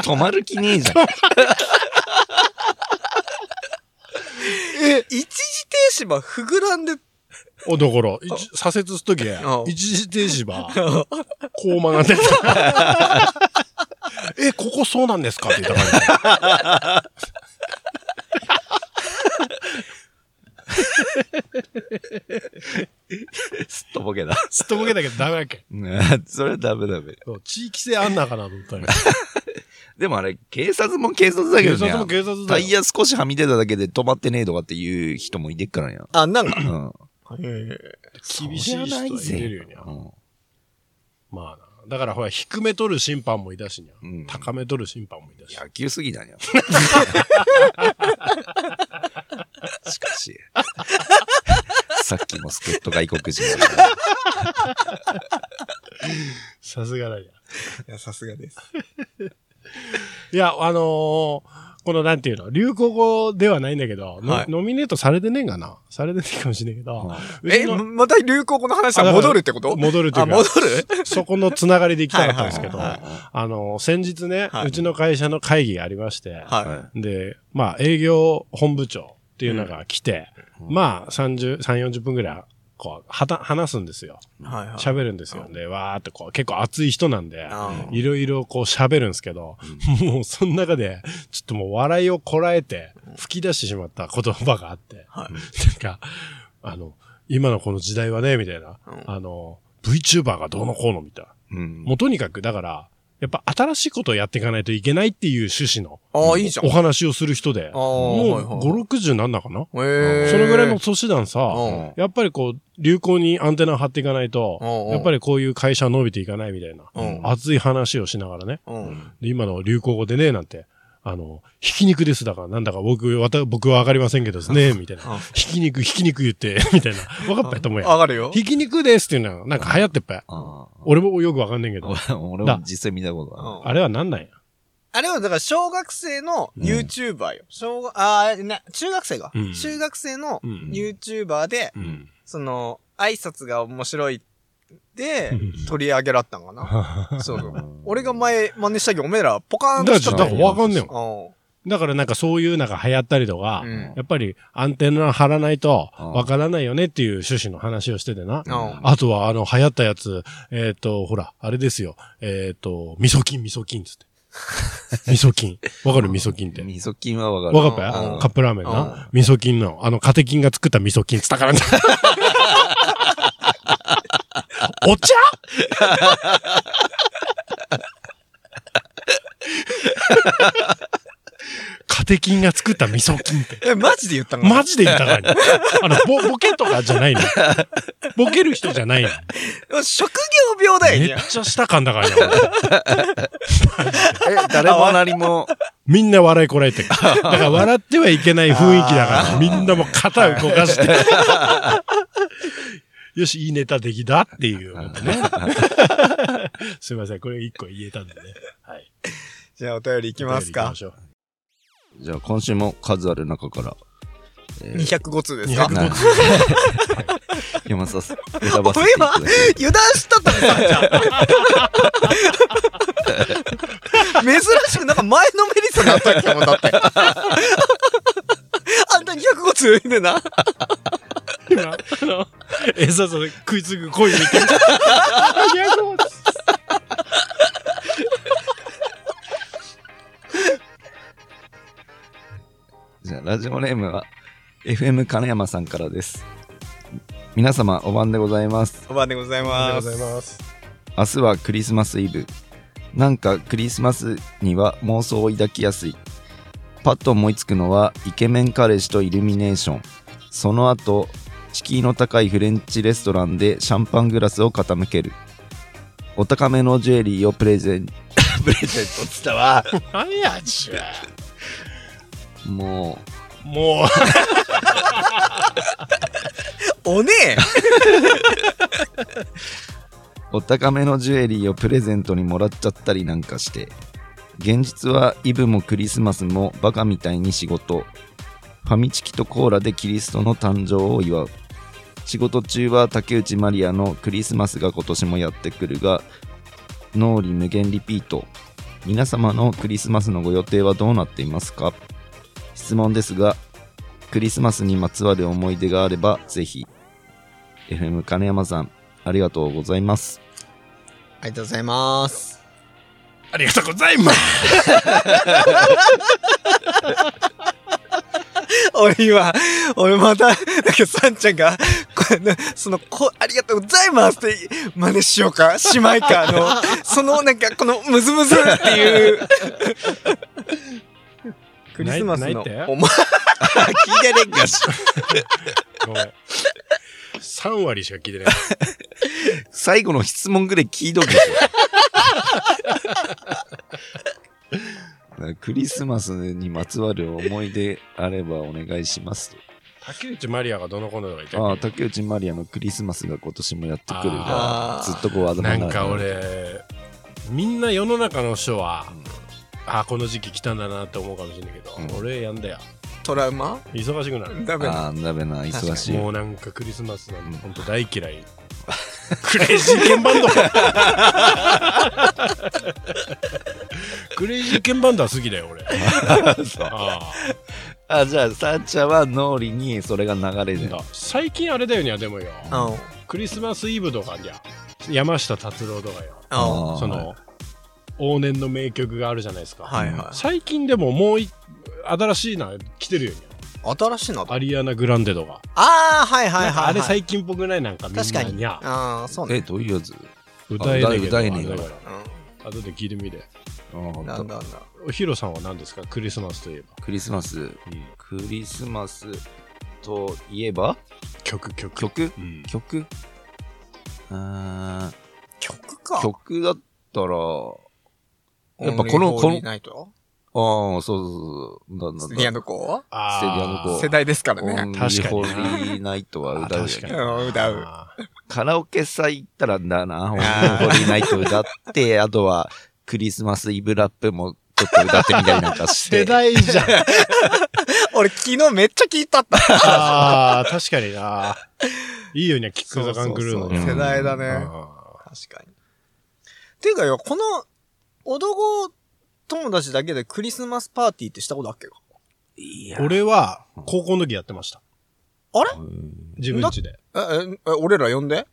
S2: 止まる気ねえじゃん。
S1: え、一時停止はふぐらんで、
S3: お、だから、一左折すとき、一時停止ば、こう曲がってた。 え、ここそうなんですかって言ったから、
S2: すっとぼけだ。
S3: すっとぼけたけどダメだっけ。
S2: ねそれはダメダメ。
S3: そう地域性あんなかなと 思ったよ。
S2: でもあれ、警察も警察だけどね。
S3: 警察も警察だよ
S2: タイヤ少しはみ出ただけで止まってねえとかっていう人もいてっからや。
S1: あ、なんか、
S2: うん。
S3: 厳しい人いれるよにゃ。
S2: うん。
S3: まあな。だからほら、低め取る審判もいたしにゃ。
S2: うん
S3: 高め取る審判もいたし。
S2: 野球すぎだね。しかし。さっきも助っ人外国人だから
S3: さすがだに
S1: い
S3: ゃ。
S1: や、さすがです。
S3: いや、あのーこのなんていうの、流行語ではないんだけど、の
S1: はい
S3: ノミネートされてねえんかなされてねえかもしれないけど、うち
S1: え、
S3: の
S1: ままた流行語の話は戻るってこと
S3: 戻ると
S1: あ、
S3: いうか
S1: 戻、る
S3: そこのつながりでいきたかったんですけど、
S1: はいはい
S3: あのー先日ね、
S1: はいう
S3: ちの会社の会議がありまして、
S1: は
S3: で、まあ営業本部長っていうのが来て、まあ30、3、40分ぐらい、こう、はた、話すんですよ。
S1: い。はいはい。
S3: 喋るんですよ。で、わーってこう、結構熱い人なんで
S1: あ、ー
S3: いろいろこう喋るんですけど、もうその中で、ちょっともう笑いをこらえて、吹き出してしまった言葉があって、
S1: はい
S3: なんか、あの、今のこの時代はね、みたいな、
S1: うん
S3: あの、VTuber がどうのこうのみたいな。
S2: うん。
S3: もうとにかく、だから、やっぱ新しいことをやっていかないといけないっていう趣旨の
S1: あ、いいじゃん。
S3: お話をする人で、
S1: あー
S3: も
S1: はいはいう
S3: 5、60なんだかな
S1: えー。
S3: そのぐらいの年なんさ、
S1: うん
S3: やっぱりこう、流行にアンテナ張っていかないと
S1: うんうん、
S3: やっぱりこういう会社は伸びていかないみたいな
S1: う、ん
S3: 熱い話をしながらね、
S1: うん。
S3: で今の流行語でね、なんて、あの、ひき肉ですだから、なんだか僕、わた僕はわかりませんけどですね、みたいな
S1: うん。
S3: ひき肉、ひき肉言って、 みたいな。わかったと思うや
S1: 上がるよ。
S3: ひき肉ですっていうのは、なんか流行ってっぱい。
S2: あ
S3: 俺もよくわかんねんけど。
S2: あ。俺も実際見たことあ
S1: うん
S3: あれはなんなんや。
S1: あれはだから小学生の YouTuber よ。小学、あーな、中学生が、
S3: うん
S1: 中学生の
S3: うん。
S1: YouTuber で、
S3: うん。
S1: その、挨拶が面白いで
S3: うん、
S1: 取り上げられたんか な。そうそう。俺が前真似したけど、おめえらポカーン
S3: だから
S1: とし
S3: ち
S1: ちゃ
S3: ょっ
S1: った
S3: とだからわかんねん。
S1: よ。
S3: だからなんかそういうなんか流行ったりとか、
S1: うん。うん。
S3: やっぱりアンテナ張らないと
S2: うん
S3: わからないよねっていう趣旨の話をしててな。
S1: うん
S3: あとはあの流行ったやつ、えっ、と、ほら、あれですよ。えっ、と、味噌菌、味噌菌つ って。味噌菌。わかる味噌菌っ
S2: る。
S3: て。
S2: 味噌菌はわかる。
S3: わかった
S1: う
S3: よ
S1: ん
S3: カップラーメンな。味噌菌の、あの、カテキンが作った味噌菌つったからな。お 茶カテキンが作った味噌菌って。
S1: え、マジで言ったの
S3: マジで言っ たからに。あの、ボ、ボケとかじゃないの。ボケる人じゃないの。
S1: 職業病だ
S3: め
S1: よ
S3: っ
S1: ね。
S3: ちゃしたかんだからな。俺
S2: え、誰も何も。
S3: みんな笑いこらえてる。だから笑ってはいけない雰囲気だから、みんなもう肩を動 かして。よし、いいネタできだっていうことね。すいません、これ一個言えたんでね。はい。
S1: じゃあお便りいきますか
S3: お。便
S2: じゃあ今週も数ある中から
S1: 205通で
S3: り
S1: す
S3: 行きま
S1: か
S3: しょう。205通。
S2: 読まさせ、選ばせていただきます。
S1: 油断したと思ったじ ゃん。珍しく、なんか前のめりさだったっけもんだって。あんた205通でな。
S3: 今、あの、えささ食いつぐ恋みたいな。205通
S2: じゃあラジオネームは FM 金山さんからです。皆様お晩でございます。
S1: おばんでござい
S3: あ
S1: ま
S3: りがと
S1: す。
S3: うございます。
S2: 明日はクリスマスイブ。なんかクリスマスには妄想を抱きやすい。パッと思いつくのはイケメン彼氏とイルミネーション。その後、敷居の高いフレンチレストランでシャンパングラスを傾ける。お高めのジュエリーをプレゼン、プレゼントっつったわ。
S3: 何や、ちゅう
S2: も
S3: も
S1: おねえ
S2: う、お高めのジュエリーをプレゼントにもらっちゃったりなんかして。現実はイブもクリスマスもバカみたいに仕事ファミチキとコーラでキリストの誕生を祝う仕事中は竹内まりやのクリスマスが今年もやってくるが脳裏無限リピート皆様のクリスマスのご予定はどうなっていますか質問ですがクリスマスにまつわる思い出があればぜひ FM 金山さんありがとうございます
S1: ありがとうございます。
S3: う、ありがとうございます。
S1: 俺今、俺また、なんかさんちゃんが、このそのこ、ありがとうございますって真似しようか、しまいか、あの、そのなんかこのムズムズって いう。クリスマス
S3: 泣
S1: の
S3: いて
S1: お前、聞いてねえんかし。
S3: ごめん。3割しか聞いてない。
S2: 最後の質問ぐらい聞いとけよ クリスマスにまつわる思い出あればお願いします
S3: 竹内まりやがどの子のとか言った
S2: と。ああ、
S3: っけ
S2: 竹内まりやのクリスマスが今年もやってくるが
S1: あ、
S2: ず
S1: ー
S2: っとこう頭の
S3: な
S2: 中
S3: ん
S2: に
S3: か。俺みんな世の中の人は、ああこの時期来たんだなって思うかもしれないけど、
S2: うん
S3: 俺やんだよ
S1: トラウマ
S3: 忙しくなる
S1: ダメだ。
S2: ああ、だべな、忙しい。
S3: もうなんかクリスマスなん
S2: う
S3: て
S2: ん
S3: ほんと大嫌いクレイジーケンバンド クレイジーケンバンドは好きだよ俺あ
S2: あじゃあ、サーチャは脳裏にそれが流れ
S3: あ
S2: で。
S3: だ最近あれだよにはでもよ
S1: うん。
S3: クリスマスイブとかにゃ山下達郎とかよ
S1: うん。
S2: あー
S3: その往年の名曲があるじゃないですか、
S1: はいは
S3: 最近でももうい新しいの来てるよね
S1: い。新しいな。
S3: アリアナ・グランデとか、
S1: ああ、はいはいはいは
S3: なん
S1: い、
S3: かあれ最近っぽくないなんかみんな
S1: 確かに。
S3: にゃ
S1: ああ、そうね。
S2: え、どういうやつ
S3: 歌えねえけど
S2: 歌えねえから
S3: あれだか
S1: う
S3: ら後で聞いてみて
S2: あーほ
S1: ん。
S2: ん
S1: な
S2: と
S1: んだなんだ。
S3: ヒロさんは何ですかクリスマスといえば、
S2: クリスマス。
S3: うん
S2: クリスマスといえば
S3: 曲曲
S2: 曲
S3: うん
S2: 曲あ
S1: 曲か。
S2: ー曲だったら、
S1: Only
S2: やっぱこの
S1: Holy
S2: この
S1: Night？
S2: ああ、そうそうそう。なんだ
S1: ステ
S2: んだ
S1: ディアの子
S3: あ
S2: ステディアの子
S1: 世代ですから
S2: オ
S1: ね。
S2: ンリ
S3: 確
S2: ー
S3: か
S2: ホ
S3: に
S2: ーリーナイトは
S3: あ
S2: 歌うよ
S3: 確かに
S2: ね。
S1: うん歌う。
S3: あ
S2: カラオケ祭行ったらだな、ホ
S1: あー
S2: ーリーナイト歌って、あとはクリスマスイブラップもちょっと歌ってみたりなんか
S3: ー
S2: し
S3: 世
S2: て。
S3: 代じゃん。
S1: 俺昨日めっちゃ聞いたった。
S3: ああ、確かにな。いいよね、キックザカンクルーの
S2: そうそう
S3: ね。
S2: そう
S1: 世代だ
S3: う
S1: ね。
S3: ん
S1: 確かに。ていうかよ、この、おどご友達だけでクリスマスパーティーってしたことあっけか
S2: いや
S3: 俺は、高校の時やってました。
S1: あれ
S2: うん
S3: 自分家で。
S1: え、え、え俺ら呼んで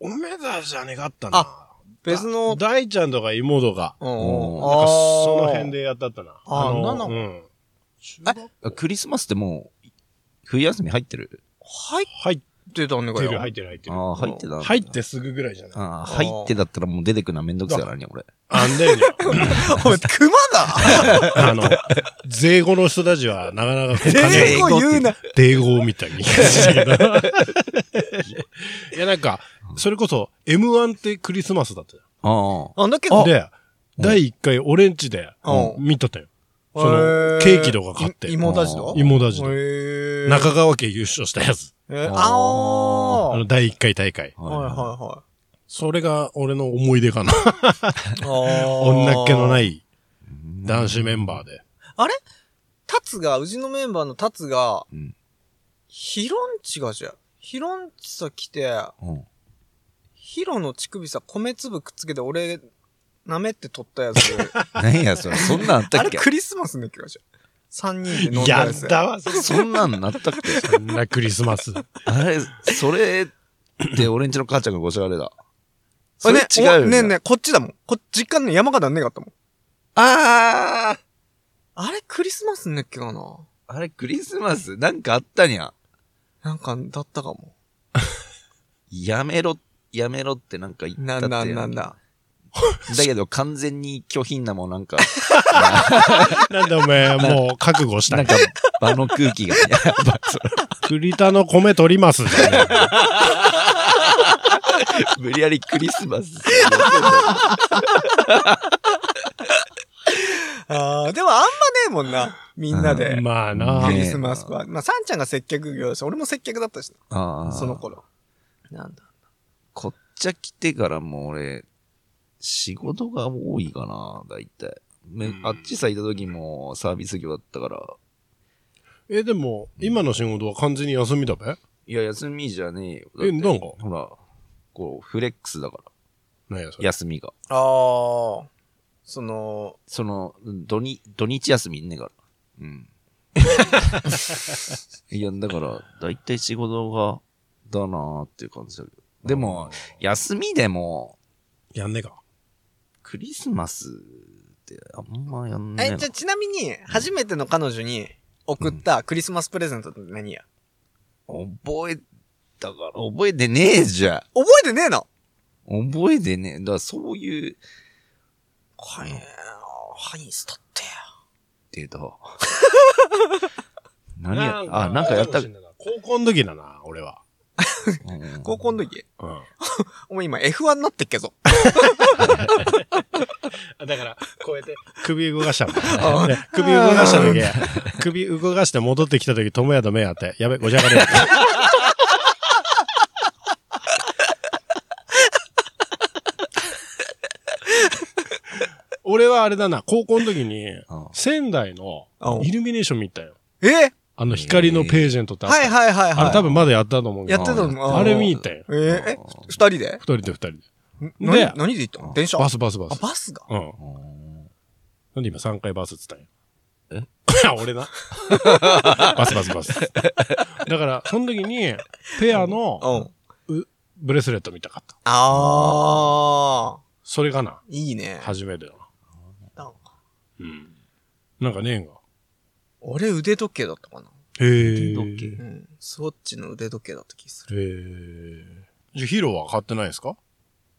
S3: おめだじゃねがったな。
S1: あ別の、
S3: だ大ちゃんとか妹が、
S1: うん
S2: うん
S3: なんか
S1: ー
S3: その辺でやったったな。
S1: あーな
S3: の
S1: の
S3: うん。
S2: クリスマスってもう、冬休み入ってる
S1: 入っ
S3: 入って
S1: たんだか
S3: てる、入
S1: ら
S3: ってる、入ってる。
S2: ああ、入ってたんだ
S3: 入ってすぐぐらいじゃない。
S2: ああ、入ってだったらもう出てくるのはめんどくさいからね、俺。
S3: あんだ よね。
S1: おい、熊だ
S3: あの、税後の人たちは、なかなかこう、
S1: 英
S3: 金を
S1: 語言うな。
S3: 税後み たいに感じだけど。いや、なんか、それこそ、M1 ってクリスマスだったじ
S2: あ
S1: なんだけ
S3: ゃ
S1: ど、
S3: ん。で、第1回オレンジで、
S1: うん
S3: 見とったよ。そ
S1: へ
S3: の、ケーキとか買って
S1: い。妹たちと
S2: い
S3: 芋だ
S1: へ
S3: じで。
S1: ー
S3: 中川家優勝したやつ。
S1: えー、
S2: あー
S1: あ
S3: あ
S1: ー
S3: の、第1回大会。
S2: あ。
S1: はいは
S3: それが俺の思い出かな。
S1: いはい。。
S3: 女っ気のないい男子メンバーで。
S1: あれタツが、うちのメンバーのタツが
S2: うん、
S1: ヒロンチがじゃ、ヒロンチさ来て、
S2: うん。
S1: ヒロの乳首さ、米粒くっつけて俺、舐め って取ったやつ。
S2: 何や、それ、そんなんあった
S1: あ
S2: っ
S1: れ
S2: け
S1: クリスマスの気がしゃ。三人で飲んだ
S3: や
S1: や
S3: っ
S1: つ。
S3: たわ、そ
S2: そんなんなったっけ
S3: んなクリスマス。
S2: あれ、それって俺んちの母ちゃんがごしゃられだ。そ
S1: あ
S2: れ
S1: ね、
S2: 違うよ
S1: おねえねえ、こっちだもん。こっち、実家の山形のねがったもん。
S2: あー
S1: あれクリスマスの気かな
S2: あれクリスマスなんかあったにゃ。
S1: なんか、だったかも。
S2: やめろ、やめろってなんか言った
S1: な
S2: っ
S1: ん
S2: て。
S1: だなんだ。
S2: だけど完全に拒否んなもんな んか、
S3: なんでお前、もう覚悟した
S2: なんか場の空気が、ね、やっぱそ
S3: 栗田の米取ります、ね。
S2: う無理やりクリスマス。
S1: ああ、でもあんまねえもん な。みんなで。
S3: まあな
S1: クリスマスは。まあ、サンちゃんが接客業だし、俺も接客だったし、
S2: あ あ。
S1: その頃。なんだ。
S2: こっちゃ来てからもう俺、仕事が多いかな、だいたい。め
S3: うん
S2: あっちさいた時もサービス業だったから、
S3: え、でも、今の仕事は完全に休みだべ
S2: いや、休みじゃねえよ。だっ
S3: え、
S2: て
S3: なんか
S2: ほら、こう、フレックスだか
S3: 何やそ
S2: ら、
S3: れ。
S2: 休みが。
S1: ああ、その、
S2: その、土日、土日休みねえから。 うん。いや、だから、だいたい仕事が、だなーっていう感じだけど。でも、休みでも、
S3: やんねえか。
S2: クリスマスってあんまやんねえ
S1: え、
S2: な
S1: じゃあちなみに、初めての彼女に送ったクリスマスプレゼントって何や
S2: 覚えたから、覚えてねえじゃ
S1: 覚えてねえの
S2: ん。覚えてねえ。だからそういう、
S1: ハイ、ハインストって。
S2: データ。 何や、あ、なんかやった。
S3: 高校の時だな、俺は。
S2: うん
S1: 高校の時
S3: うん。
S1: お前今 F1 になってっけぞ。
S3: だから、こうやって、首動かしたの。
S1: あ
S3: で首動かした時、首動かして戻ってきた時、友也と目合って、やべ、ごちゃがれる。俺はあれだな、高校の時に、
S2: うん
S3: 仙台の
S1: うん
S3: イルミネーション見たよ。
S1: えはい
S3: あの光のページェントってあった
S1: はいはいはい。
S3: あれ多分まだやったと思うけ
S1: や
S3: ど
S1: っ。てたの
S2: うん
S1: あれ
S3: 見に行ったよ
S1: えー、え、二人で
S3: 二人で二人で。
S1: な
S3: で
S1: 何で行ったの電車
S3: バスバスバ
S1: あ、
S3: ス。
S1: バスが
S3: うん。
S2: うん
S3: なんで今3回バスっつったんや。
S2: え
S3: 俺な。バスバスバス。だから、その時に、ペア
S1: う
S3: の
S1: ん。
S3: ブレスレット見たかった。
S1: あ
S3: それかな。
S1: ー。いいね。
S3: 初めてだな。
S1: なんか
S3: うん。なんかねえんが。
S1: 俺腕時計だったかな。
S3: へえ。
S2: どっけ
S3: へ
S1: うん。スウォッチの腕時計だった気する。
S3: え。じゃあヒーローは買ってないですか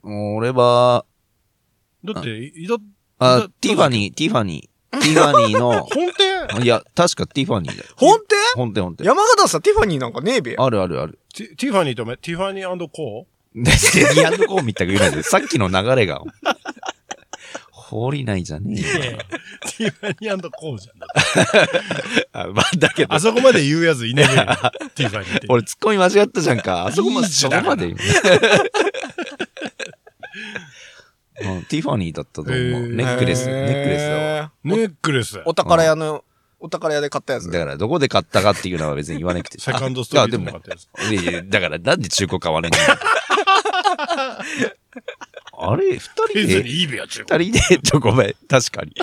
S2: もう俺は、
S3: だって、いだ、
S2: あ
S3: だ、、
S2: ティファニー、ティファニー、ティファニーの
S3: 本店
S2: いや、確かティファニーだよ。
S1: 本店
S2: 本店本店。
S1: 山形さ、ティファニーなんかねえべや。
S2: あるあるある。
S3: ティティファニーとめ、ティファニーコ
S2: で、セリアンドコーンみたいな言うないで、さっきの流れが。降りないじゃねえよ。
S3: ティファニーコーじゃんだって。
S2: あ、まあ、だけど
S3: あ、そこまで言うやついねえよ。ティファニーって。
S2: 俺ツッコミ間違ったじゃんか。あそこまで、
S3: いいじ
S2: そ
S3: ゃん
S2: こまで 言う。うんティファニーだったと思う。
S3: へー
S2: ネックレス、
S1: へ
S2: ネ
S1: ー
S2: ックレスだわ。
S3: ネックレス。
S1: お宝屋の、お宝屋で買ったやつ。
S2: だから、どこで買ったかっていうのは別に言わなくて。
S3: セカンドストーリー
S2: あ
S3: と
S2: いや
S3: かってやつ。
S2: でもいやいやだから、なんで中古買 わねえんだよあれ、二人
S3: 別
S2: で
S3: にいいべや、中
S2: 二
S3: 古。
S2: 人で、 ちょ、ごめん、確かに。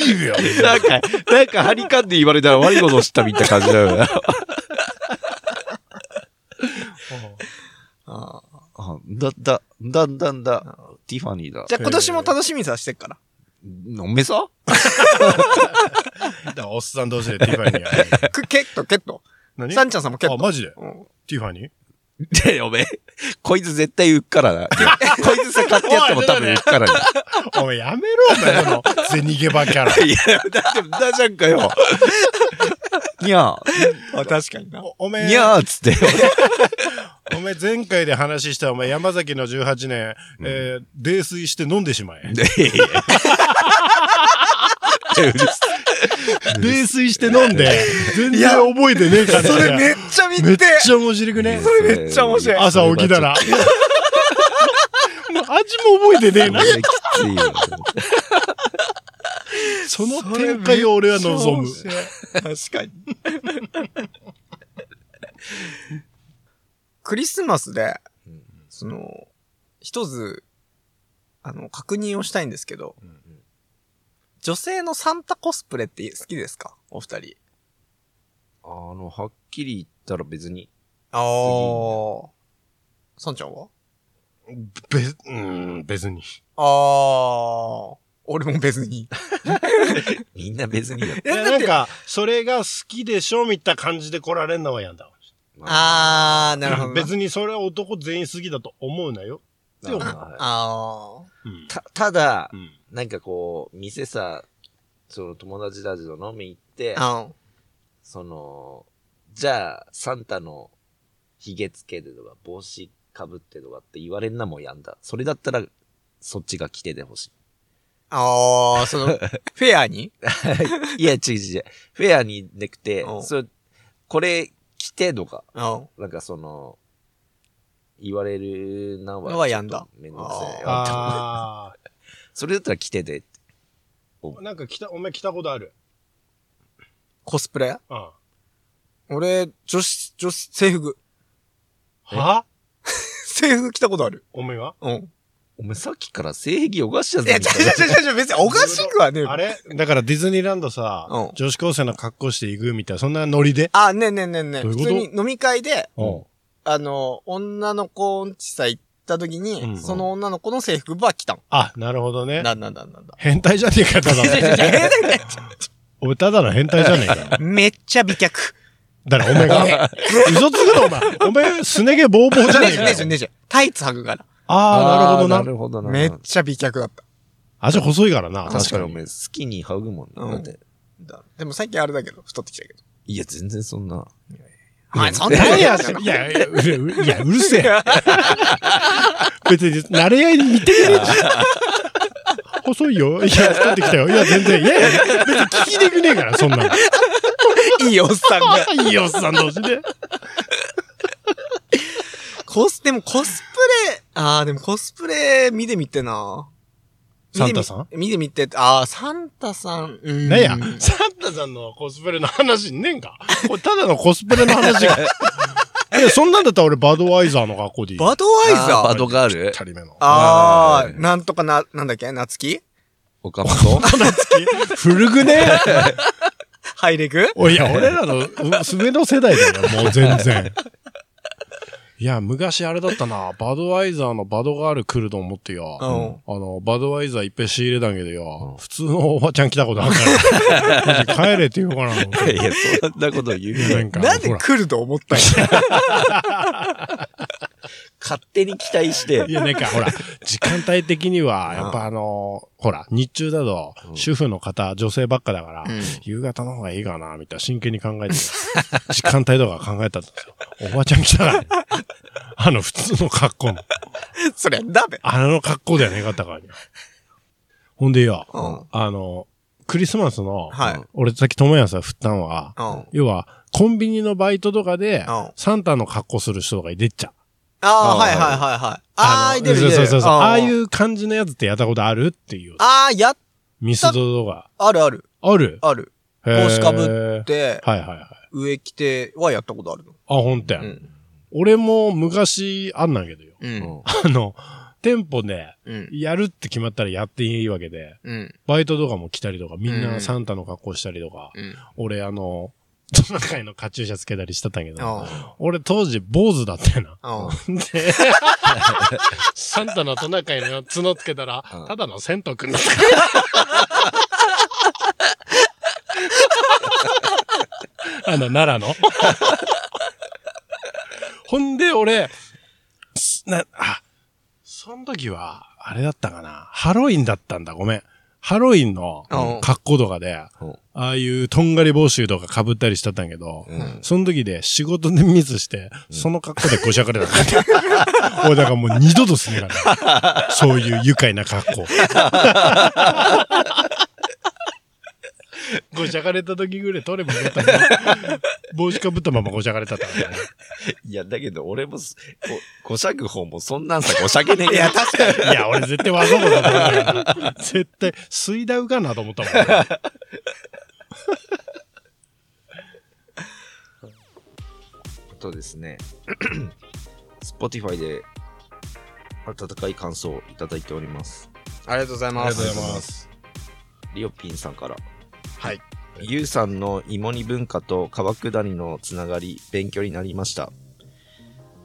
S3: いいべや。
S2: なんか、なんか、ハリカンで言われたら悪いことを知ったみたいな感じだ よね。
S1: あー
S2: あだ、だ、だ、だ、だ、ティファニーだ
S1: じ。ゃあ今年も楽しみにさしてっから。
S2: おめさ
S3: だからおっさん同士でティファニーやる。
S1: く、ケット、ケット。
S3: 何
S1: サンちゃんさんもケ
S3: あ、
S1: ット。
S3: マジで
S1: うん
S3: ティファニー
S2: で、おめえこいつ絶対売っか らな。いやこいつさ、買ってやっても多分売っからな。
S3: お前やめろ、お前、その、ゼニゲバ キャラ。
S2: いや、だって無駄じゃんかよ。にゃー、
S1: あ、確かにな。
S3: おお前
S2: に、ゃー っつって。
S3: お前前回で話した、お前山崎の18年、えー、泥酔して飲んでしまえ。 泥酔して飲んで、全然覚えてねえから。
S1: それめっちゃ見て
S3: めっちゃ面白くね。
S1: それめっちゃ面 白い
S3: 朝起きたら。。もう味も覚えてねえな。
S2: きついよ。
S3: その展開を俺は望む。
S1: それめっちゃ面白い確かに。 クリスマスで、その、一つ、あの、確認をしたいんですけど、女性のサンタコスプレって好きですかお二人。
S2: あの、はっきり言ったら別に。
S1: ああ。サンちゃんは
S3: べ、うん、別に。
S1: ああ。俺も別に。
S2: みんな別にだ。
S3: いやなんか、それが好きでしょみたいな感じで来られんのはやんだわ。
S1: ああ、なるほどな。
S3: 別にそれは男全員好きだと思うなよ。って思う。
S2: あ
S1: ああ。
S3: うん
S2: た、ただ
S3: う、ん
S2: なんかこう、店さ、その友達たちと飲み行って、
S1: あん。
S2: その、じゃあ、サンタの髭つけてとか、帽子かぶってとかって言われんなもんやんだ。それだったら、そっちが来ててほし
S1: ああ、その、フェアに
S2: い。いや、違う違う違う。フェアにでくて
S1: う、ん
S2: それ、これ着てとか、
S1: うん。
S2: なんかその、言われるなは、
S1: のはやんだ
S2: ちょっとめんどくせえよ
S3: あ
S2: それだったら着ててって。
S3: あ。なんか来た、お前来たことある。
S1: コスプレ
S3: うん。
S1: 俺、女子、女子、制服。
S3: は
S1: 制服着たことある。
S3: お前は
S1: うん。
S2: お前さっきから性癖おかしいやつ
S1: い や、違う違う違う違う、別におかしくはねえよ
S3: あれだからディズニーランドさ
S1: うん、
S3: 女子高生の格好して行くみたいな、そんなノリで。
S1: あ、ねえねえねえねえ。
S3: どういう
S1: 普
S3: こと
S1: 通に飲み会で、
S2: うん
S1: あの、女の子んちさ行った時に、
S3: うん
S1: その女の子の制服ば来たの。
S3: あ、なるほどね。
S1: なんなんなんなん だ。
S3: 変態じゃねえか、ただ の。俺ただの変態じゃねえか。
S1: めっちゃ美脚。
S3: だから、お前が。嘘つくな、お前。お前、すね毛ボーボーじ
S1: ね
S3: ゃ
S1: え
S3: ねえ
S1: じゃ
S3: か
S1: ねえじゃ
S3: よ。
S1: ねえじゃ。タイツ履くから。
S3: ああ、なるほど
S2: な
S3: な。
S2: るほどな。
S1: めっちゃ美脚だった。
S3: あ、じゃあ細いからな。
S2: 確
S3: 確
S2: か
S3: か
S2: にお
S3: に。
S2: 前、好きにハグもんな。
S1: うん
S2: だって。
S1: だでも最近あれだけど、太ってきたけど。
S2: いや、全然そんな。
S1: はい、そんな
S3: 何
S1: に
S3: や
S1: や
S3: そ
S1: じ
S3: いや、いや、うるいやうるせえ。別に、慣れ合いに似てねえし。細いよ。いや、太ってきたよ。いや、全然。いやいや、別に聞きでくねえから、そんなの。
S1: いいおっさんが。
S3: いいおっさん同士で。
S1: コス、でもコスプレ、ああ、でもコスプレ見てみてな。
S3: サンタさん
S1: 見てみ見てみて、ああ、サンタさん。うん
S3: なんや、サンタさんのコスプレの話ねんか。これただのコスプレの話が。いや、そんなんだったら俺バドワイザーの格好でいい。
S1: バドワイザー
S2: バドガール
S3: 二人目の。
S1: ああ、なんとかな、なんだっけ夏木
S2: 岡本
S3: 古くね
S1: ハイレグ
S3: おいいや、俺らのう上の世代だよ、もう全然。いや、昔あれだったな。バドワイザーのバドガール来ると思ってよ。
S1: う
S3: あ
S1: ん。
S3: の、バドワイザーいっぺん仕入れたんやけどよ。普通のおばちゃん来たことあるから。マジ帰れって言うかな。
S2: いや、そんなこと言うね。
S3: んか
S1: なん
S3: ほ
S1: で
S3: ら
S1: 来ると思ったんや。
S2: 勝手に期待して
S3: い。や、なんかほら、時間帯的には、やっぱあのーほら、日中だと、主婦の方、女性ばっかだから、
S1: ん
S3: 夕方の方がいいかな、みたいな、真剣に考えて、時間帯とか考えたんですよ。おばちゃん来たから、あの、普通の格好の。
S1: そりゃダメ。
S3: あの格好だよね、ガタカに。ほんでよ、
S1: うん
S3: あの、クリスマスの、
S1: はい。
S3: 俺さっき友也さん振ったんは、
S1: うん。
S3: 要は、コンビニのバイトとかで
S1: うん、
S3: サンタの格好する人が出っちゃう。
S1: ああ、
S2: あー
S1: はいはいはいはい。ああ、
S3: の
S1: いてるいてる。
S3: そうそうそう。
S1: ん
S3: ああい。う感じのやつってやったことあるっていう。
S1: ああ、やっ、
S3: ミスドとか。
S1: あるある、
S3: ある
S1: ある。
S3: 帽
S1: 帽子かぶ
S3: って。
S1: で、
S3: はいはいはい。あ、
S1: 上着てはやったことあるの。
S3: ほんとや
S1: う。ん。
S3: 俺も昔あんなんやけどよ。
S1: う。
S2: うんん
S3: あの、店舗で、
S1: うん。
S3: やるって決まったらやっていいわけで、
S1: うん。
S3: バイトとかも来たりとか、みん
S1: う
S3: なんサンタの格好したりとか、
S1: うん。
S3: 俺あの、トナカイのカチューシャつけたりしてたんやけど、
S1: あ
S3: 俺当時坊主だったよな。
S1: あ。
S3: で、サンタのトナカイの角つけたら
S2: うん、
S3: ただの銭湯くんだ。 あの、奈 良の。ほんで、俺、すな、あ、その時は、あれだったかな。ハロウィンだったんだ、ごめん。ハロウィンの
S1: うん
S3: 格好とかで、あ
S2: うん
S3: あいうとんがり帽子とか被ったりしてたんやけど、
S2: うん
S3: その時で仕事でミスして、その格好でこしゃかれたから。 俺だからもう二度とすねえから。そういう愉快な格好。ごしゃかれた時ぐらい取ればよかったな帽子かぶったままごしゃかれたったからね。
S2: いや、だけど俺もす、こ、こしゃぐ方もそんなんさ、こしゃげねえけど
S1: 確かに。
S3: いや、俺絶対わざとだと思った。絶対、水ダウかなと思ったもん。。
S2: あとですね、Spotify で温かい感想をいただいております。
S1: ありがとうございます。
S2: ありがとうございますリオピンさんから。
S3: はい。
S2: ゆうさんの芋煮文化と川下りのつながり、勉強になりました。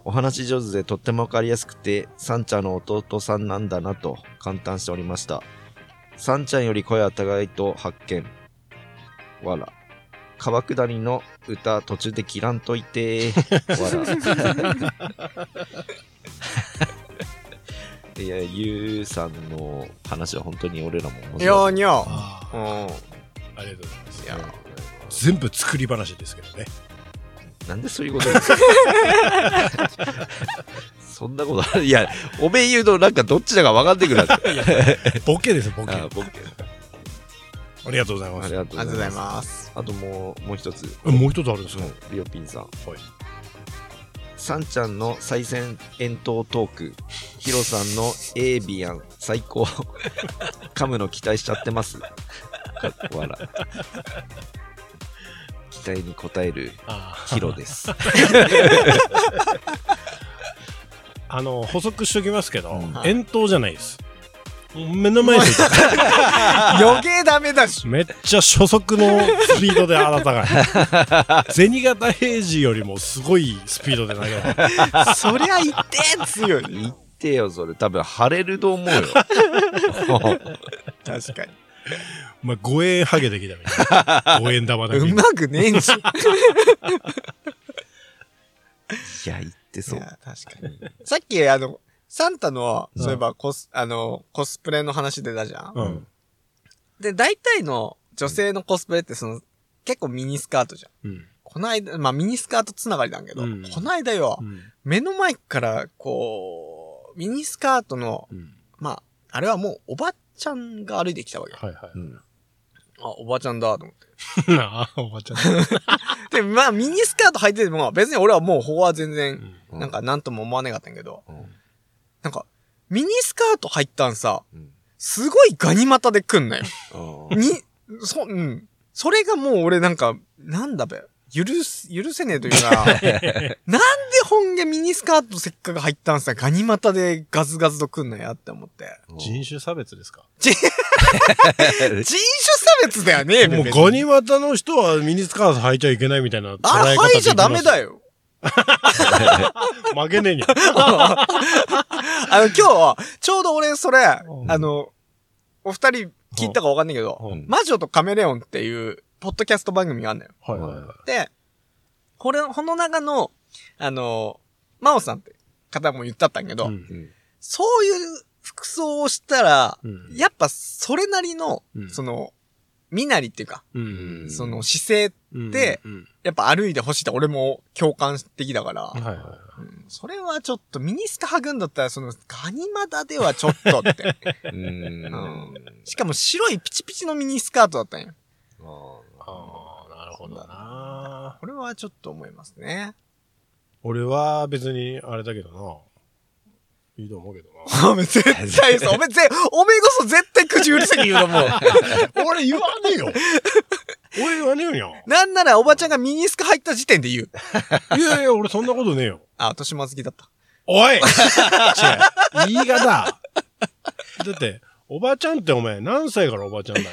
S2: お話上手でとってもわかりやすくて、サンちゃんの弟さんなんだなと感嘆しておりました。サンちゃんより声は高いと発見。わら。川下りの歌途中で切らんといて。わら。いや、ゆうさんの話は本当に俺らも面
S1: いやー
S2: 白い。
S1: にゃー。
S3: あ
S1: うん。
S3: ありがとうございます。
S1: いや
S3: 全部作り話ですけどね。
S2: なん でそういうことですかそんなことあるいや、おめえ言うとなんかどっちだか分かんなくなってくる。
S3: ボケですよ、ボケ。
S2: あ
S3: あ
S2: 僕あ
S3: りがとうございま
S2: り
S3: す。
S2: が
S1: あり
S2: と
S1: が
S2: う
S1: とうご
S2: ござ
S1: ざ
S2: い
S1: い
S2: ます。
S1: ます。
S2: あともう、もう一つ。
S3: えもう一つあるんですよ。
S2: リオピンさん。
S3: はい
S2: サンちゃんの最先遠投トーク。ヒロさんのエイビアン、最高。 噛むの期待しちゃってます。か わら。期待に応える
S3: あ
S2: ヒロです。
S3: あの、補足しときますけど、
S2: うん
S3: 遠投じゃないです。目の前で、
S1: 余計ダメだし。
S3: めっちゃ初速のスピードであなたが。銭形平次よりもすごいスピードで投げられる。
S1: そりゃ言って強い。
S2: 言ってよ、それ。多分晴れると思うよ。
S1: 確かに。
S3: お前、5円ハゲできたみたいな。5円玉だけ
S1: うまくねえし。
S2: いや、言ってそう
S1: い。や確かに。 さっき、あの、サンタの、
S3: うん
S1: そういえばコス、あの、コスプレの話出たじゃん。
S3: うん。
S1: で、大体の女性のコスプレってその、結構ミニスカートじゃん。
S3: うん。
S1: この間、まあミニスカートつながりなんだけど、
S3: うん
S1: この間よ、
S3: うん
S1: 目の前から、こう、ミニスカートの、
S3: うん。
S1: まあ、あれはもうおばちゃんが歩いてきたわけ。あ、
S3: はいは
S2: うん
S1: おばちゃんだと思っ
S3: い。ああ、おばちゃん。
S1: て。で、まあミニスカート履いてても、別に俺はもうここは全
S3: う
S1: 然、
S3: ん
S2: うん
S1: なんかなんとも思わねえかったんやけど、
S2: うん
S1: なんか、ミニスカート履いたんさ、
S2: うん
S1: すごいガニ股で来んのよ。
S2: うん
S1: に、そ、うん。それがもう俺なんか、なんだべ、許す、許せねえという か、なんで本家ミニスカートせっかく入ったんさ、ガニ股でガズガズと来んのやって思って。
S3: 人種差別ですか
S1: 人種差別だよね、
S3: もう
S1: 別に
S3: ゴニ股の人はミニスカート履いちゃいけないみたいな捉
S1: あ
S3: え
S1: れ
S3: 方
S1: 履いちゃダメだ
S3: よ。
S1: よ。
S3: 曲げねえにゃ。
S1: あの、今日、ちょうど俺それ、あ
S3: うん
S1: の、お二人聞いたかわかんないけど、
S3: うん
S1: 魔女とカメレオンっていう、ポッドキャスト番組があるのよ。
S3: はいはいは
S1: で、これ、この中の、あの、真央さんって方も言ったったんやけど、
S3: い。
S2: うん
S1: そういう服装をしたら、
S3: うん
S1: やっぱそれなりの、
S3: うん
S1: その、身なりっていうか、
S3: うん
S1: その姿勢、で、
S3: うん
S1: やっぱ歩いてほしいって俺も共感的だから、
S3: はいは
S1: うんそれはちょっとミニスカ履くんだったら、そのガニ股ではちょっと って。
S2: うーん。
S1: うんしかも白いピチピチのミニスカートだったんよ。
S3: い。ああ、なるほどな。
S1: これはちょっと思いますね。
S3: 俺は別にあれだけどな。いいと思うけどな。
S1: おめ絶対嘘。おめぜ、おめこそ絶対口うるせえ言うと思う。
S3: 俺言わねえよ。 俺言わねえよ
S1: なんならおばちゃんがミニスカ入った時点で言う。
S3: にゃ。いやいや、俺そんなことねえよ。
S1: あ、年末好きだった。
S3: おい違う言い方だって、おばちゃんってお前何歳からおばちゃんなんや。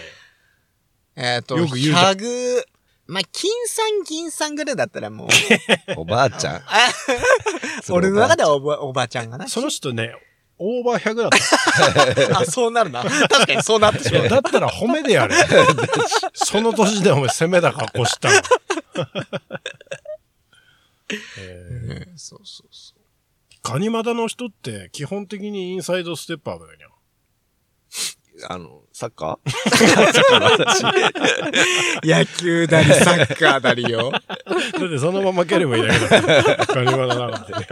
S1: えっ、と、
S3: よく言うじゃん
S1: 100、まあ、金さん銀さんぐらいだったらもう、
S2: おばあちゃん。それ
S1: 俺
S2: お
S1: の
S2: ばあ
S1: 中ではおばおばちゃんがな。
S3: その人ね、オーバー100だった。
S1: あ、そうなるな。確かにそうなってし まう。
S3: だったら褒めで やれ。その年でお前攻めた格好 したの。えー
S1: うんそうそうそ
S3: ガニ股の人って基本的にインサイドステッパーだよにゃ。
S2: あの、サッカ
S1: う。野球だり、サッカーだりよ。
S3: だってそのまま蹴ればいいだけ だから。ガニ股なかったね。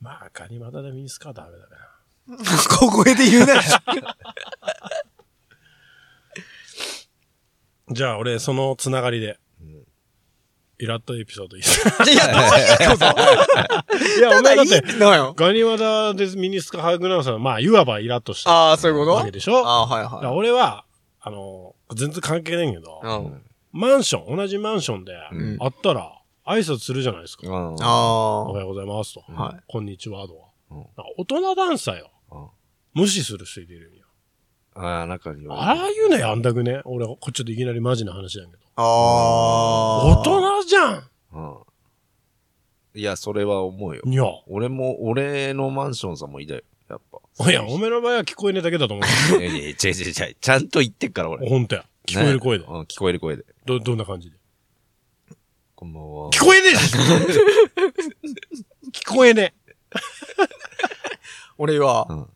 S3: まあ、ガニ股でミニスカートはダメだな。
S1: 小声で言うな。
S3: じゃあ、俺、そのつながりで。イラッとエピソードいいですか
S1: いや、どういうこと
S3: いや、
S1: ただ
S3: 俺だ
S1: い
S3: っ
S1: い
S3: て、
S1: のよ。
S3: ガニ股でミニスカ履くなさ、まあ、いわばイラッとした
S1: ああ、そういうこ
S3: わ
S1: と
S3: けでしょだか
S1: ああー、はいはい
S3: ら。俺は、あの、全然関係ないんやけど、
S1: うん。
S3: マンション、同じマンションで、
S1: ん
S3: 会ったら、挨拶するじゃないですか。
S2: ーあ
S1: あ
S3: おはようございますと。
S1: は
S3: こんにちはとか。
S2: うん
S3: なんか大人ダンサーよ。
S2: うん
S3: 無視する人いるよ。
S2: あー、中には。
S3: ああいうのやんだくね。俺、こっちでいきなりマジな話だけど。
S1: あ。あ
S3: 大人じゃん
S2: うん。いや、それは思うよ。
S3: にゃ。
S2: 俺も、俺のマンションさんもいたよ。やっぱ。
S3: いや、おめえの場合は聞こえねえだけだと思
S2: いやいや、違う違う違う。ちゃんと言ってっから、
S3: う。
S2: 俺。
S3: 本当や。聞こえる声で
S2: ね。うん、聞こえる声で。
S3: ど、どんな感じで
S2: こんばんは。
S3: 聞こえねえでしょ 聞こえね
S1: 俺
S2: う
S1: は、
S2: ん。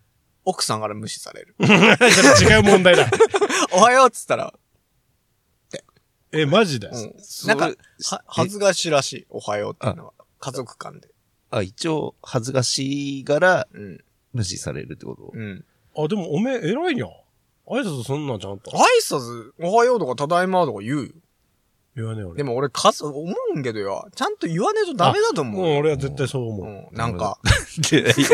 S1: 奥さんから無視される。
S3: え。 それ違う問題だ。
S1: おはようっつったら、
S3: え、マジで。
S1: うん
S2: そ
S1: な
S2: れ
S1: んか、は、恥
S2: え
S1: ずかしいらしい。おはようっていうのは、家族間で。
S2: あ、一応、恥ずかしいから
S1: うん。
S2: 無視されるって こと
S1: うん。
S3: あ、でもおめえ偉いにゃ。挨拶そんなんちゃんと
S1: 挨。拶、おはようとかただいまとか言うよ。
S3: 言わねえ俺。
S1: でも俺、かす、思うんけどよ。ちゃんと言わねえとダメだと思
S3: も
S1: う
S3: う
S1: よ。
S3: 俺は絶対そう思
S1: う
S3: う。
S1: ん。なんか、
S2: で言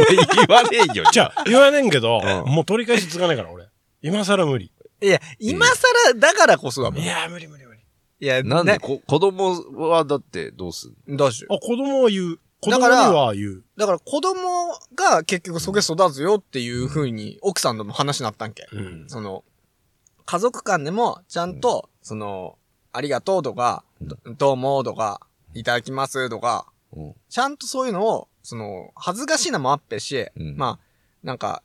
S2: わねえよ。
S3: じ
S2: ゃ
S3: ゃあ、言わねえんけど、
S2: うん
S3: もう取り返しつかないから俺。今更無理。
S1: いや、今更だからこそだもん。
S3: い
S1: い
S3: や、無理無理無理。
S1: や、
S2: なんで、
S1: ね
S2: こ子供はだってどうすん
S1: だし。
S3: あ、子供は言う。子
S1: だ
S3: 供に
S1: から
S3: は言う。
S1: だから子供が結局そげ育つよっていう風に奥さんとも話になったんけ。
S3: うん。
S1: その、家族間でもちゃんと、その、ありがとうとか、どどうもとか、いただきますとか、
S2: の
S1: ちゃんとそういうのを、その、恥ずかしいのもあっぺし、
S2: うん
S1: まあ、なんか、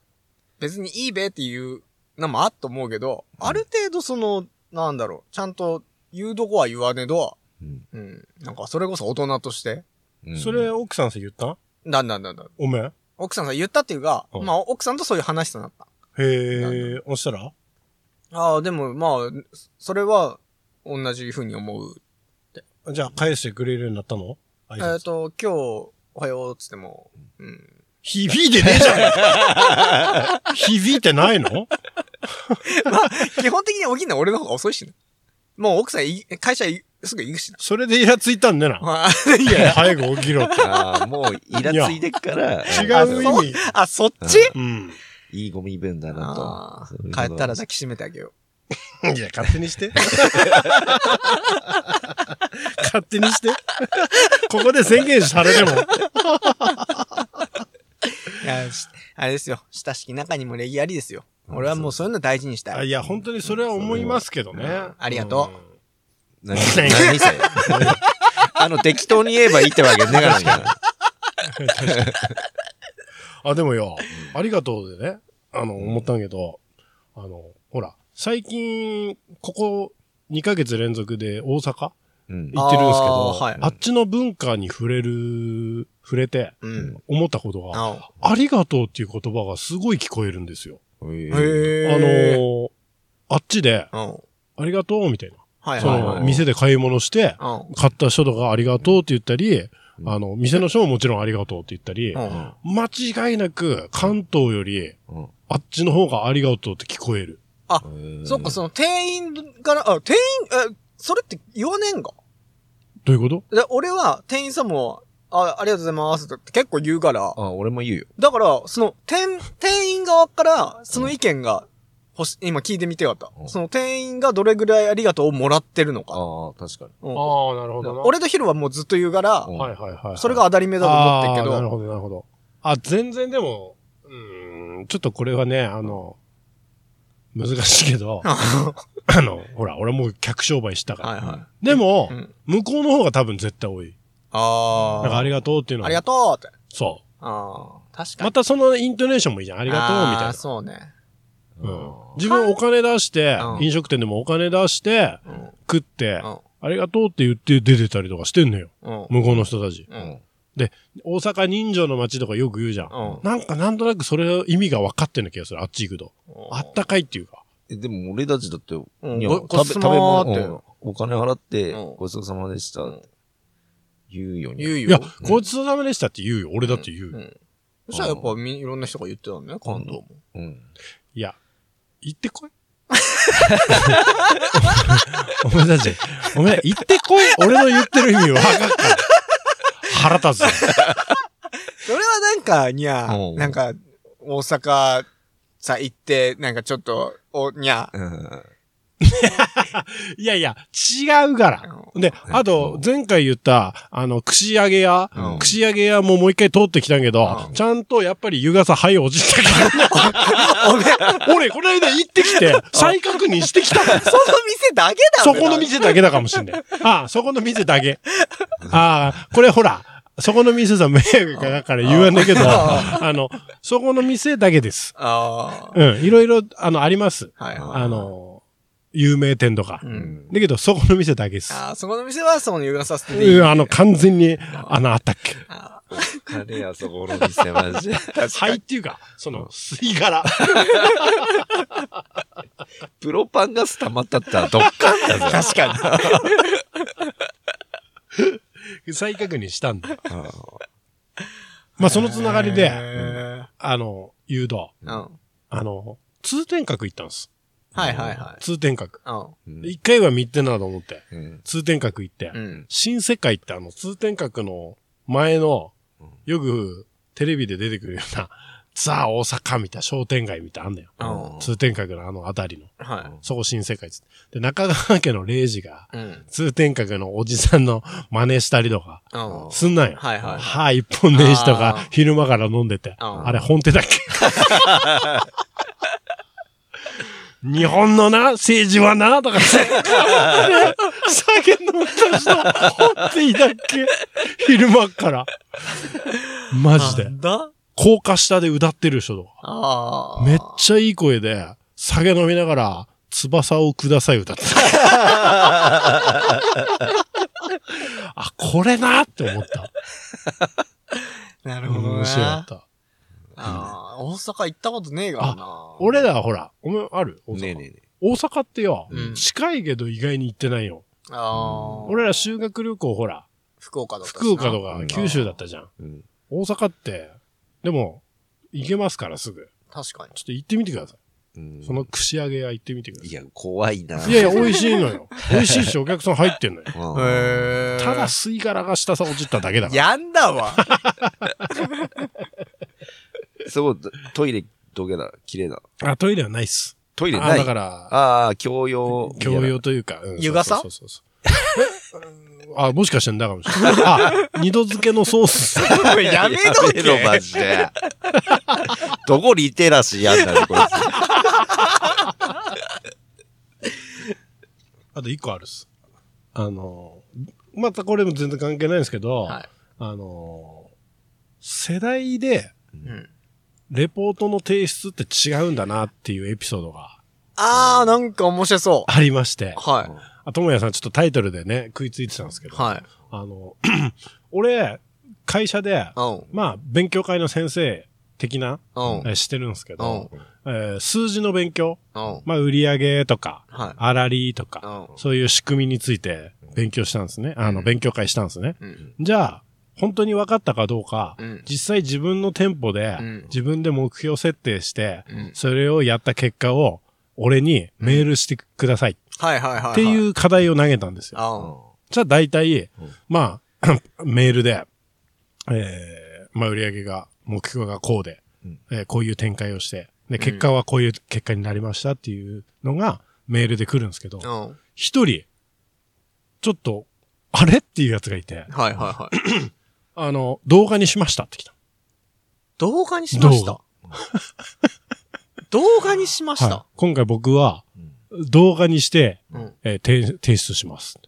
S1: 別にいいべっていうのもあっと思うけど、ある程度その、なんだろう、ちゃんと言うとこは言わねど、
S2: うん。
S1: うん、なんかそれこそ大人として、
S2: うん
S3: それ、、奥さんさ言ったん
S1: だんだんだんだん、
S3: おめえ
S1: 奥さんさ言ったっていうか、
S3: うん
S1: まあ奥さんとそういう話となった。
S3: へえ、そしたら
S1: ああ、でもまあ、それは同じ風に思う。
S3: じゃあ返してくれるようになったの挨
S1: えっ、
S3: 拶
S1: と、今日、おはようっつっても、うん。
S3: 響いてねえじゃ ん響いてないの
S1: 基本的に起きるのは俺の方が遅いしね。もう奥さんい、会社いすぐ行くしな。
S3: それでイラついたんねな。
S1: まあいや
S3: 早く起きろって。
S2: ああ、もう、イラついてっから、
S3: 違う意
S2: あ
S3: 味。
S1: あ、そっち
S3: うん。
S2: いいゴミ分だ
S1: あ
S2: なと。そういう
S1: ー
S2: こ
S1: 帰
S2: と
S1: ったら抱きしめてあげよ
S3: いや、勝手にして。勝手にして。ここで宣言されても。
S1: う。いや、しあれですよ。親しき中にも礼儀ありですよ。俺はもうそういうの大事にした
S3: あ
S1: い。
S3: いや、本当にそれは思いますけどね。
S1: ありがとう
S2: 何何それあの、適当に言えばいいってわけね、ガラガラ
S3: うん。あ、でもよ、ありがとうでね、あの、思ったんけど、あの、ほら、最近、ここ2ヶ月連続で大阪
S2: うん。
S3: 行ってるんですけど、
S1: あーはい
S3: あっちの文化に触れる、触れて、
S1: うん。
S3: 思ったことが、
S1: あ
S3: ありがとうっていう言葉がすごい聞こえるんですよ。
S2: へ
S1: へ
S2: ー
S3: あのーあっちで、
S1: うん。はい
S3: ありがとう、みたいな。
S1: はい
S3: そ
S1: はい。
S3: の、店で買い物して、
S1: うん
S3: 買った人とかありがとうって言ったり、
S2: うん
S3: あの、店の人ももちろんありがとうって言ったり
S1: う、ん。
S3: 間違いなく関東より
S2: うん
S3: あっちの方がありがとうって聞こえる。
S1: そっか、その店員から、あ、店員、え、それって言わねえんか
S3: どういうこと
S1: で俺は店員さんも、あありがとうございますって結構言うから、
S2: あ、俺も言うよ。
S1: だから、その、店、店員側から、その意見が、ほし、今聞いてみてよかっ
S2: う
S1: た。
S2: ん
S1: その店員がどれぐらいありがとうをもらってるのか。
S2: ああ、確かに。
S1: うん
S3: ああ、なるほ
S1: 俺とヒロはもうずっと言うから、
S2: うん
S3: はいはいはい。
S1: それが当たり目だと思ってるけ
S3: あー
S1: ど
S3: なる、ほど、なるほど。あ、全然でも、うーん、ちょっとこれはね、あの、難しいけ ど、あの、ほら、俺もう客商売したから。
S1: はいは
S3: でも
S1: い。う、ん。
S3: 向こうの方が多分絶対多い。
S1: ああ。
S3: だからありがとうっていうの
S1: あり
S3: は。
S1: がとうって。
S3: そ
S1: ああ。確
S3: う。
S1: かに。
S3: またそのイントネーションもいいじゃん。あ
S1: あ
S3: りがとうみたい
S1: ー
S3: な。
S1: そうね。
S3: うん
S2: う
S3: 自分お金出して
S1: う、ん
S3: 飲食店でもお金出して、
S1: うん。
S3: 食って
S1: う、ん。
S3: ありがとうって言って出てたりとかしてんのよ。
S1: うん。
S3: 向こうの人たち。
S1: うんん。
S3: 大阪人情の街とかよく言うじゃん。
S1: うん
S3: なんかなんとなくそれの意味が分かってんの気がする。あっち行くと。あったかいっていうか。
S2: え、でも俺たちだって、い
S1: うん
S2: や
S1: ご
S2: 食べ
S1: ごちそう
S2: 食べ
S1: さまー
S2: 物
S1: って
S2: うんお金払って
S1: うん、
S2: ごちそうさまでしたって言うよ
S1: 言
S2: ね。
S1: うよ。
S3: いや、ごちそうさまでしたって言うよ。俺だって言うよ。
S1: うん。そしたらやっぱみ、いろんな人が言ってたんだね、関東も。
S2: うん。
S3: いや、行ってこい。お前たち、お前、行ってこい。俺の言ってる意味分かった。腹立つぞ。
S1: それはなんか、にゃ
S2: う
S1: ー、
S2: ん
S1: なんか、大阪さ、行って、なんかちょっと、お、にゃー、
S2: うん
S3: いやいや、違うから。で、あと、前回言った、あの、串揚げ屋、
S2: うん
S3: 串揚げ屋ももう一回通ってきたけど、
S1: うん
S3: ちゃんとやっぱり湯笠、はい、落ちてたから。
S1: おめえ、その
S3: 俺、この間行ってきて、再確認してきたから。
S1: 店だけだ
S3: そこの店だけだかもしんない。ああ、そこの店だけ。ああ、これほら、そこの店さん迷惑かかるから言わないけど、
S1: あ
S3: あの、そこの店だけです。
S1: あ
S3: うん、いろいろ、あの、あります。
S1: あ。はいはい。
S3: あの、有名店とか
S1: う。。
S2: うんん
S3: だけど、そこの店だけです。
S1: ああ、そこの店は、その湯がさせていい。
S3: うん、あの、完全に、あの、あったっけ。
S1: あ
S2: カレーあそこの店マジで。
S3: はいっていうか、その、吸い殻。
S2: プロパンガス溜まったったらどっかんだ
S1: ー
S2: ぞ。
S1: 確か
S3: 再確認した んだ。
S2: うん
S3: まあ、そのつながり
S1: に。へ
S3: で、
S1: ー
S3: あの、誘導。
S1: うん。は
S3: あの、通天閣行ったんです。
S1: いはいは
S3: 通天閣。
S1: い。うん。
S2: うん
S3: 一回は見てんなと思って。
S2: うん
S3: 通天閣行って、
S1: うん。
S3: 新世界ってあの通天閣の前の
S2: うん、
S3: よくテレビで出てくるような、 ザ・大阪みたいな商店街みたいなのあんだよ。
S1: うん
S3: 通天閣のあのあたりの。
S1: は
S3: そこ新世界っつって。で、中川家の礼二が、
S1: い。うん。
S3: 通天閣のおじさんの真似したりとか、
S1: うん。
S3: すんなんよ。
S1: はいはい
S3: 歯一本ねえしと
S1: あ
S3: か
S1: ー、
S3: 昼間から飲んでて。
S1: うん
S3: あれ、本手だっけ 日本のな、政治はな、とかさ、酒飲んだ人、本手いだっけ昼間から。マジで
S1: な。んだ
S3: 高架下で歌ってる人とか。
S1: ああ。
S3: めっちゃいい声で、酒飲みながら、翼をください歌って た。あ、これなって思った。
S1: なるほど
S3: 面白かっ
S1: ね。
S3: た。
S1: ああ、大阪行ったことねえからな。
S3: 俺らほら、お前ある大阪。
S2: ねえねえね
S3: 大阪ってよ、
S1: うん
S3: 近いけど意外に行ってないよ。
S1: ああ。
S3: 俺ら修学旅行ほら、
S1: 福岡とか。
S3: 福岡とか
S2: うん
S3: 九州だったじゃん。
S2: え。うん
S3: 大阪って、でも、行けますからすぐ。
S1: 確かに。
S3: ちょっと行ってみてください。
S2: うん
S3: その串揚げ屋行ってみてくだ
S2: い
S3: さ
S2: や、怖いな。
S3: い。いやいや、美味しいのよ。美味しいし、お客さん入ってんのよ。
S2: うん
S1: へえ。
S3: ただ、吸い殻が下さ落ちただけだから。
S1: やんだ わ。
S2: そう、トイレどけだ。綺麗だ。
S3: あ、トイレはないっす。
S2: トイレ
S3: あ、
S2: ない
S3: だ。から、
S2: ああ、教養。
S3: 教養というか。うん
S1: 湯傘
S3: そうそうそうそう。えうんあ、もしかしてんだかもしれない。あ、二度漬けのソース。
S1: やめとけ。
S2: やめろ、マジで。どこリテラシーやんだよ、こいつ。
S3: あと一個あるっす。あのー、またこれも全然関係ないんですけど、
S1: はい
S3: あのー、世代で
S1: うん
S3: レポートの提出って違うんだなっていうエピソードが
S1: ああ、なんか面白そう。
S3: ありまして、
S1: はい。
S3: あ、ともやさんちょっとタイトルでね、食いついてたんですけど、
S1: はい。
S3: あの、俺、会社で、
S1: うん。
S3: まあ、勉強会の先生的な、
S1: うん。
S3: えーしてるんですけど、
S1: うん。
S3: えー数字の勉強、
S1: うん。
S3: まあ、売上とか、
S1: はい。
S3: あらりと
S1: う
S3: か、
S1: ん。
S3: そういう仕組みについて勉強したんですね。あの、
S1: うん
S3: 勉強会したんですね。
S1: うん。
S3: じゃあ、本当に分かったかどうか、
S1: うん。
S3: 実際自分の店舗で
S1: うん、
S3: 自分で目標設定して、
S1: うん
S3: それをやった結果を、俺にメールしてくださいっ
S1: はいはいはいはい。
S3: て
S1: う。
S3: いう課題を投げたんですよ。
S1: あ
S3: じゃあ大体、まあ、 メールで、えー、まあ売り上げが、目標がこうで、
S2: うん
S3: えーこういう展開をして、で、結果はこういう結果になりましたっていうのがメールで来るんですけど、
S1: あ。うん。
S3: 一人、ちょっと、あれっていうやつがいて、
S1: はいはい はい。
S3: あの、動画にしましたって来た。
S1: 動画にしました。動画にしまし
S3: はい
S1: た。。
S3: 今回僕は
S2: うん、
S3: 動画にして、
S1: うん。
S3: えー提提出します。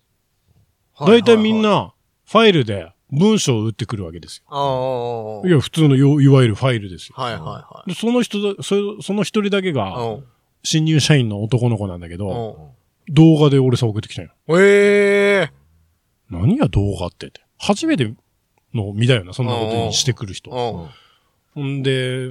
S1: は
S3: 大体みん。
S1: は
S3: な、ファイルで文章を打ってくるわけですよ。
S1: ああ。はい
S3: や、普通のよ、いわゆるファイルですよ。
S1: いはいは
S3: でその人だ、そその一人だけ
S1: い。
S3: が、
S1: うん。
S3: 新入社員の男の子なんだけど、
S1: う
S3: 動画で俺さ送ってきたよ。
S1: ん。ええ。
S3: 何や動画ってって。初めての見だよな、そんなことにしてくる人。
S1: うん。
S3: ほんで、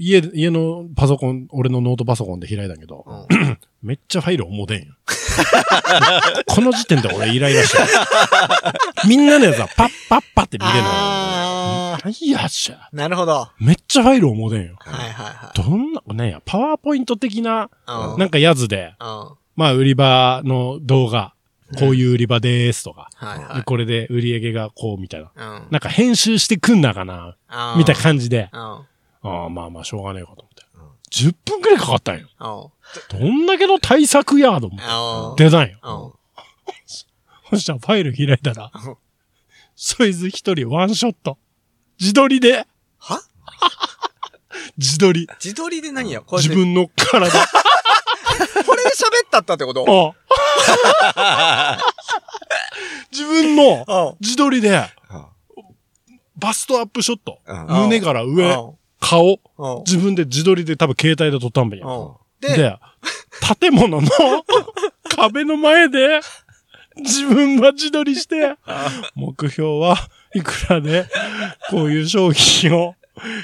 S3: 家、家のパソコン、俺のノートパソコンで開いたんけど、
S1: うん。
S3: めっちゃファイル重てんよ。 この時点で俺イライラしてるみんなのやつはパッパッパって見れるのよ。
S1: あ
S3: 何やっしゃ。
S1: あ。なるほど。
S3: めっちゃファイル重てんよ。
S1: はいはいはい。
S3: どんな、なんや、パワーポイント的な、
S1: うん。
S3: なんかやつで、
S1: うん。は
S3: まあ、売り場の動画、こういう売り場でーすとか、
S1: いはい。
S3: これで売り上げがこうみたいな。
S1: うん。
S3: なんか編集してくんなかな、
S1: あー
S3: みたいな感じで、
S1: うん。
S3: ああ、まあまあ、しょうがねえかと思って。10分くらいかかったんよ。
S1: うん。
S3: どんだけの対策やーと思って。
S1: あ
S3: 出たんよ。
S1: あ。うん。
S3: そしたらファイル開いたら
S1: うん、
S3: そいつ一人ワンショット。自撮りで、
S1: は
S3: 自撮り。
S1: 自撮りで何やこうやって
S3: 自分の 体。
S1: これで喋ったったってこと
S3: あ自分の
S1: うん
S3: 自撮りで、
S2: あ
S3: バストアップショット。
S1: う
S2: あ
S1: ん
S3: 胸から上、
S1: う
S3: 顔。
S1: んうん
S3: 自分で自撮りで多分携帯で撮ったんべんや。
S1: うんで、
S3: で、建物の壁の前で、自分は自撮りして、目標はいくらで、こういう商品を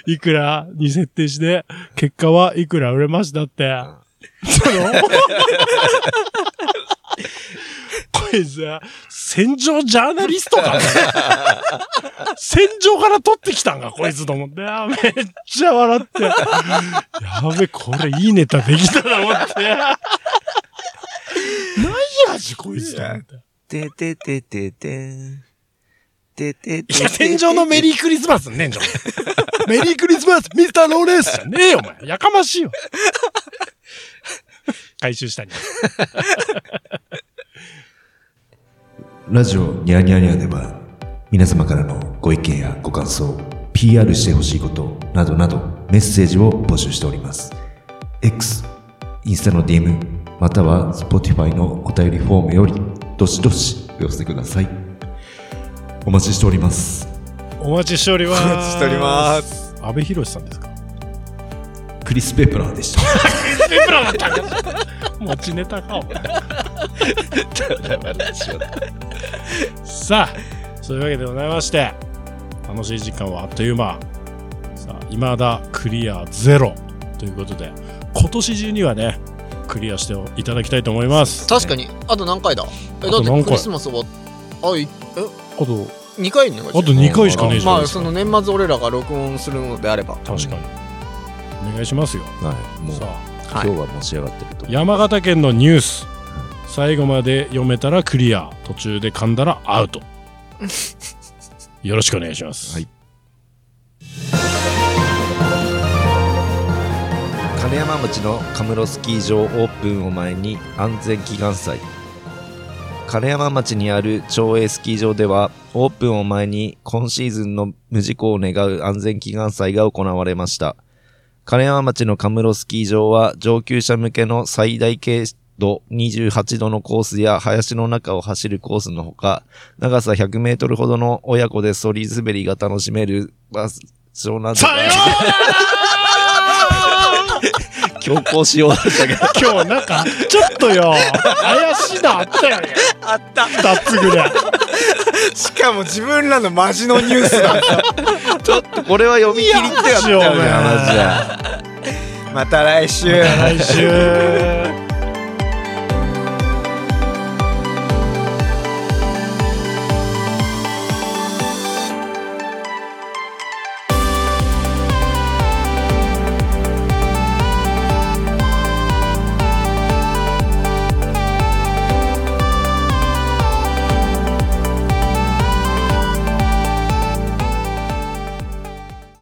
S3: いくらに設定して、結果はいくら売れましたって。その、これさ、戦場ジャーナリストかな戦場から撮ってきたんか、こいつと思って。あめっちゃ笑って。やべ、これいいネタできたな、思 って。何やし、こいつと思って。
S2: てててててん。ててて
S3: いや、戦場のメリークリスマスねえんじゃん。 メリークリスマス、ミスターローレースじゃねえよ、お前。やかましいよ。回収したに。
S4: ラジオニャーニャーニャーでは皆様からのご意見やご感想、PR してほしいことなどなどメッセージを募集しております。X、インスタの DM、または Spotify のお便りフォームよりどしどしお寄せください。お待ちしております。
S3: お待ちしております。お。
S1: 待ちしております
S3: 安部寛さん ですか。
S4: クリス・ペプラーでした。
S3: エプロンだったんか。持ちネタか。お前さあ、そういうわけでございまして、楽しい時間はあっという間。さあ、未だクリアゼロということで、今年中にはね、クリアしていただきたいと思います。
S1: 確かに、あと何回だえ、だ
S3: あと
S1: っ
S3: 何
S1: て
S3: 回
S1: クリスマス終わっあ、いえ
S3: あと、
S1: 2回にな
S3: あと2回しかねえじゃ
S1: ま
S3: ん。
S1: あ、その年末俺らが録音するのであれば。
S3: 確かに。お願いしますよ。
S2: はい、もう
S3: さあ、
S2: 今日は持ち上がってると思う。
S3: 山形県のニュース。最後まで読めたらクリア。途中で噛んだら アウト。よろしくお願いします。
S2: はい金山町のカムロスキー場オープンを前に安全祈願祭金山町にある町営スキー場ではオープンを前に今シーズンの無事故を願う安全祈願祭が行われました金山町のカムロスキー場は上級者向けの最大傾度28度のコースや林の中を走るコースのほか長さ100メートルほどの親子でソリ滑りが楽しめる場所など
S3: さよ
S2: が強行しようとしたけど
S3: う今日なんか、ちょっとよ、怪しいのあったよね。
S1: あった
S3: 二つぐらい。
S1: しかも自分らのマジのニュース だ
S2: ちょっとこれは読み切りってやったよね、
S3: いや
S2: マジで。
S1: また来週
S3: 来週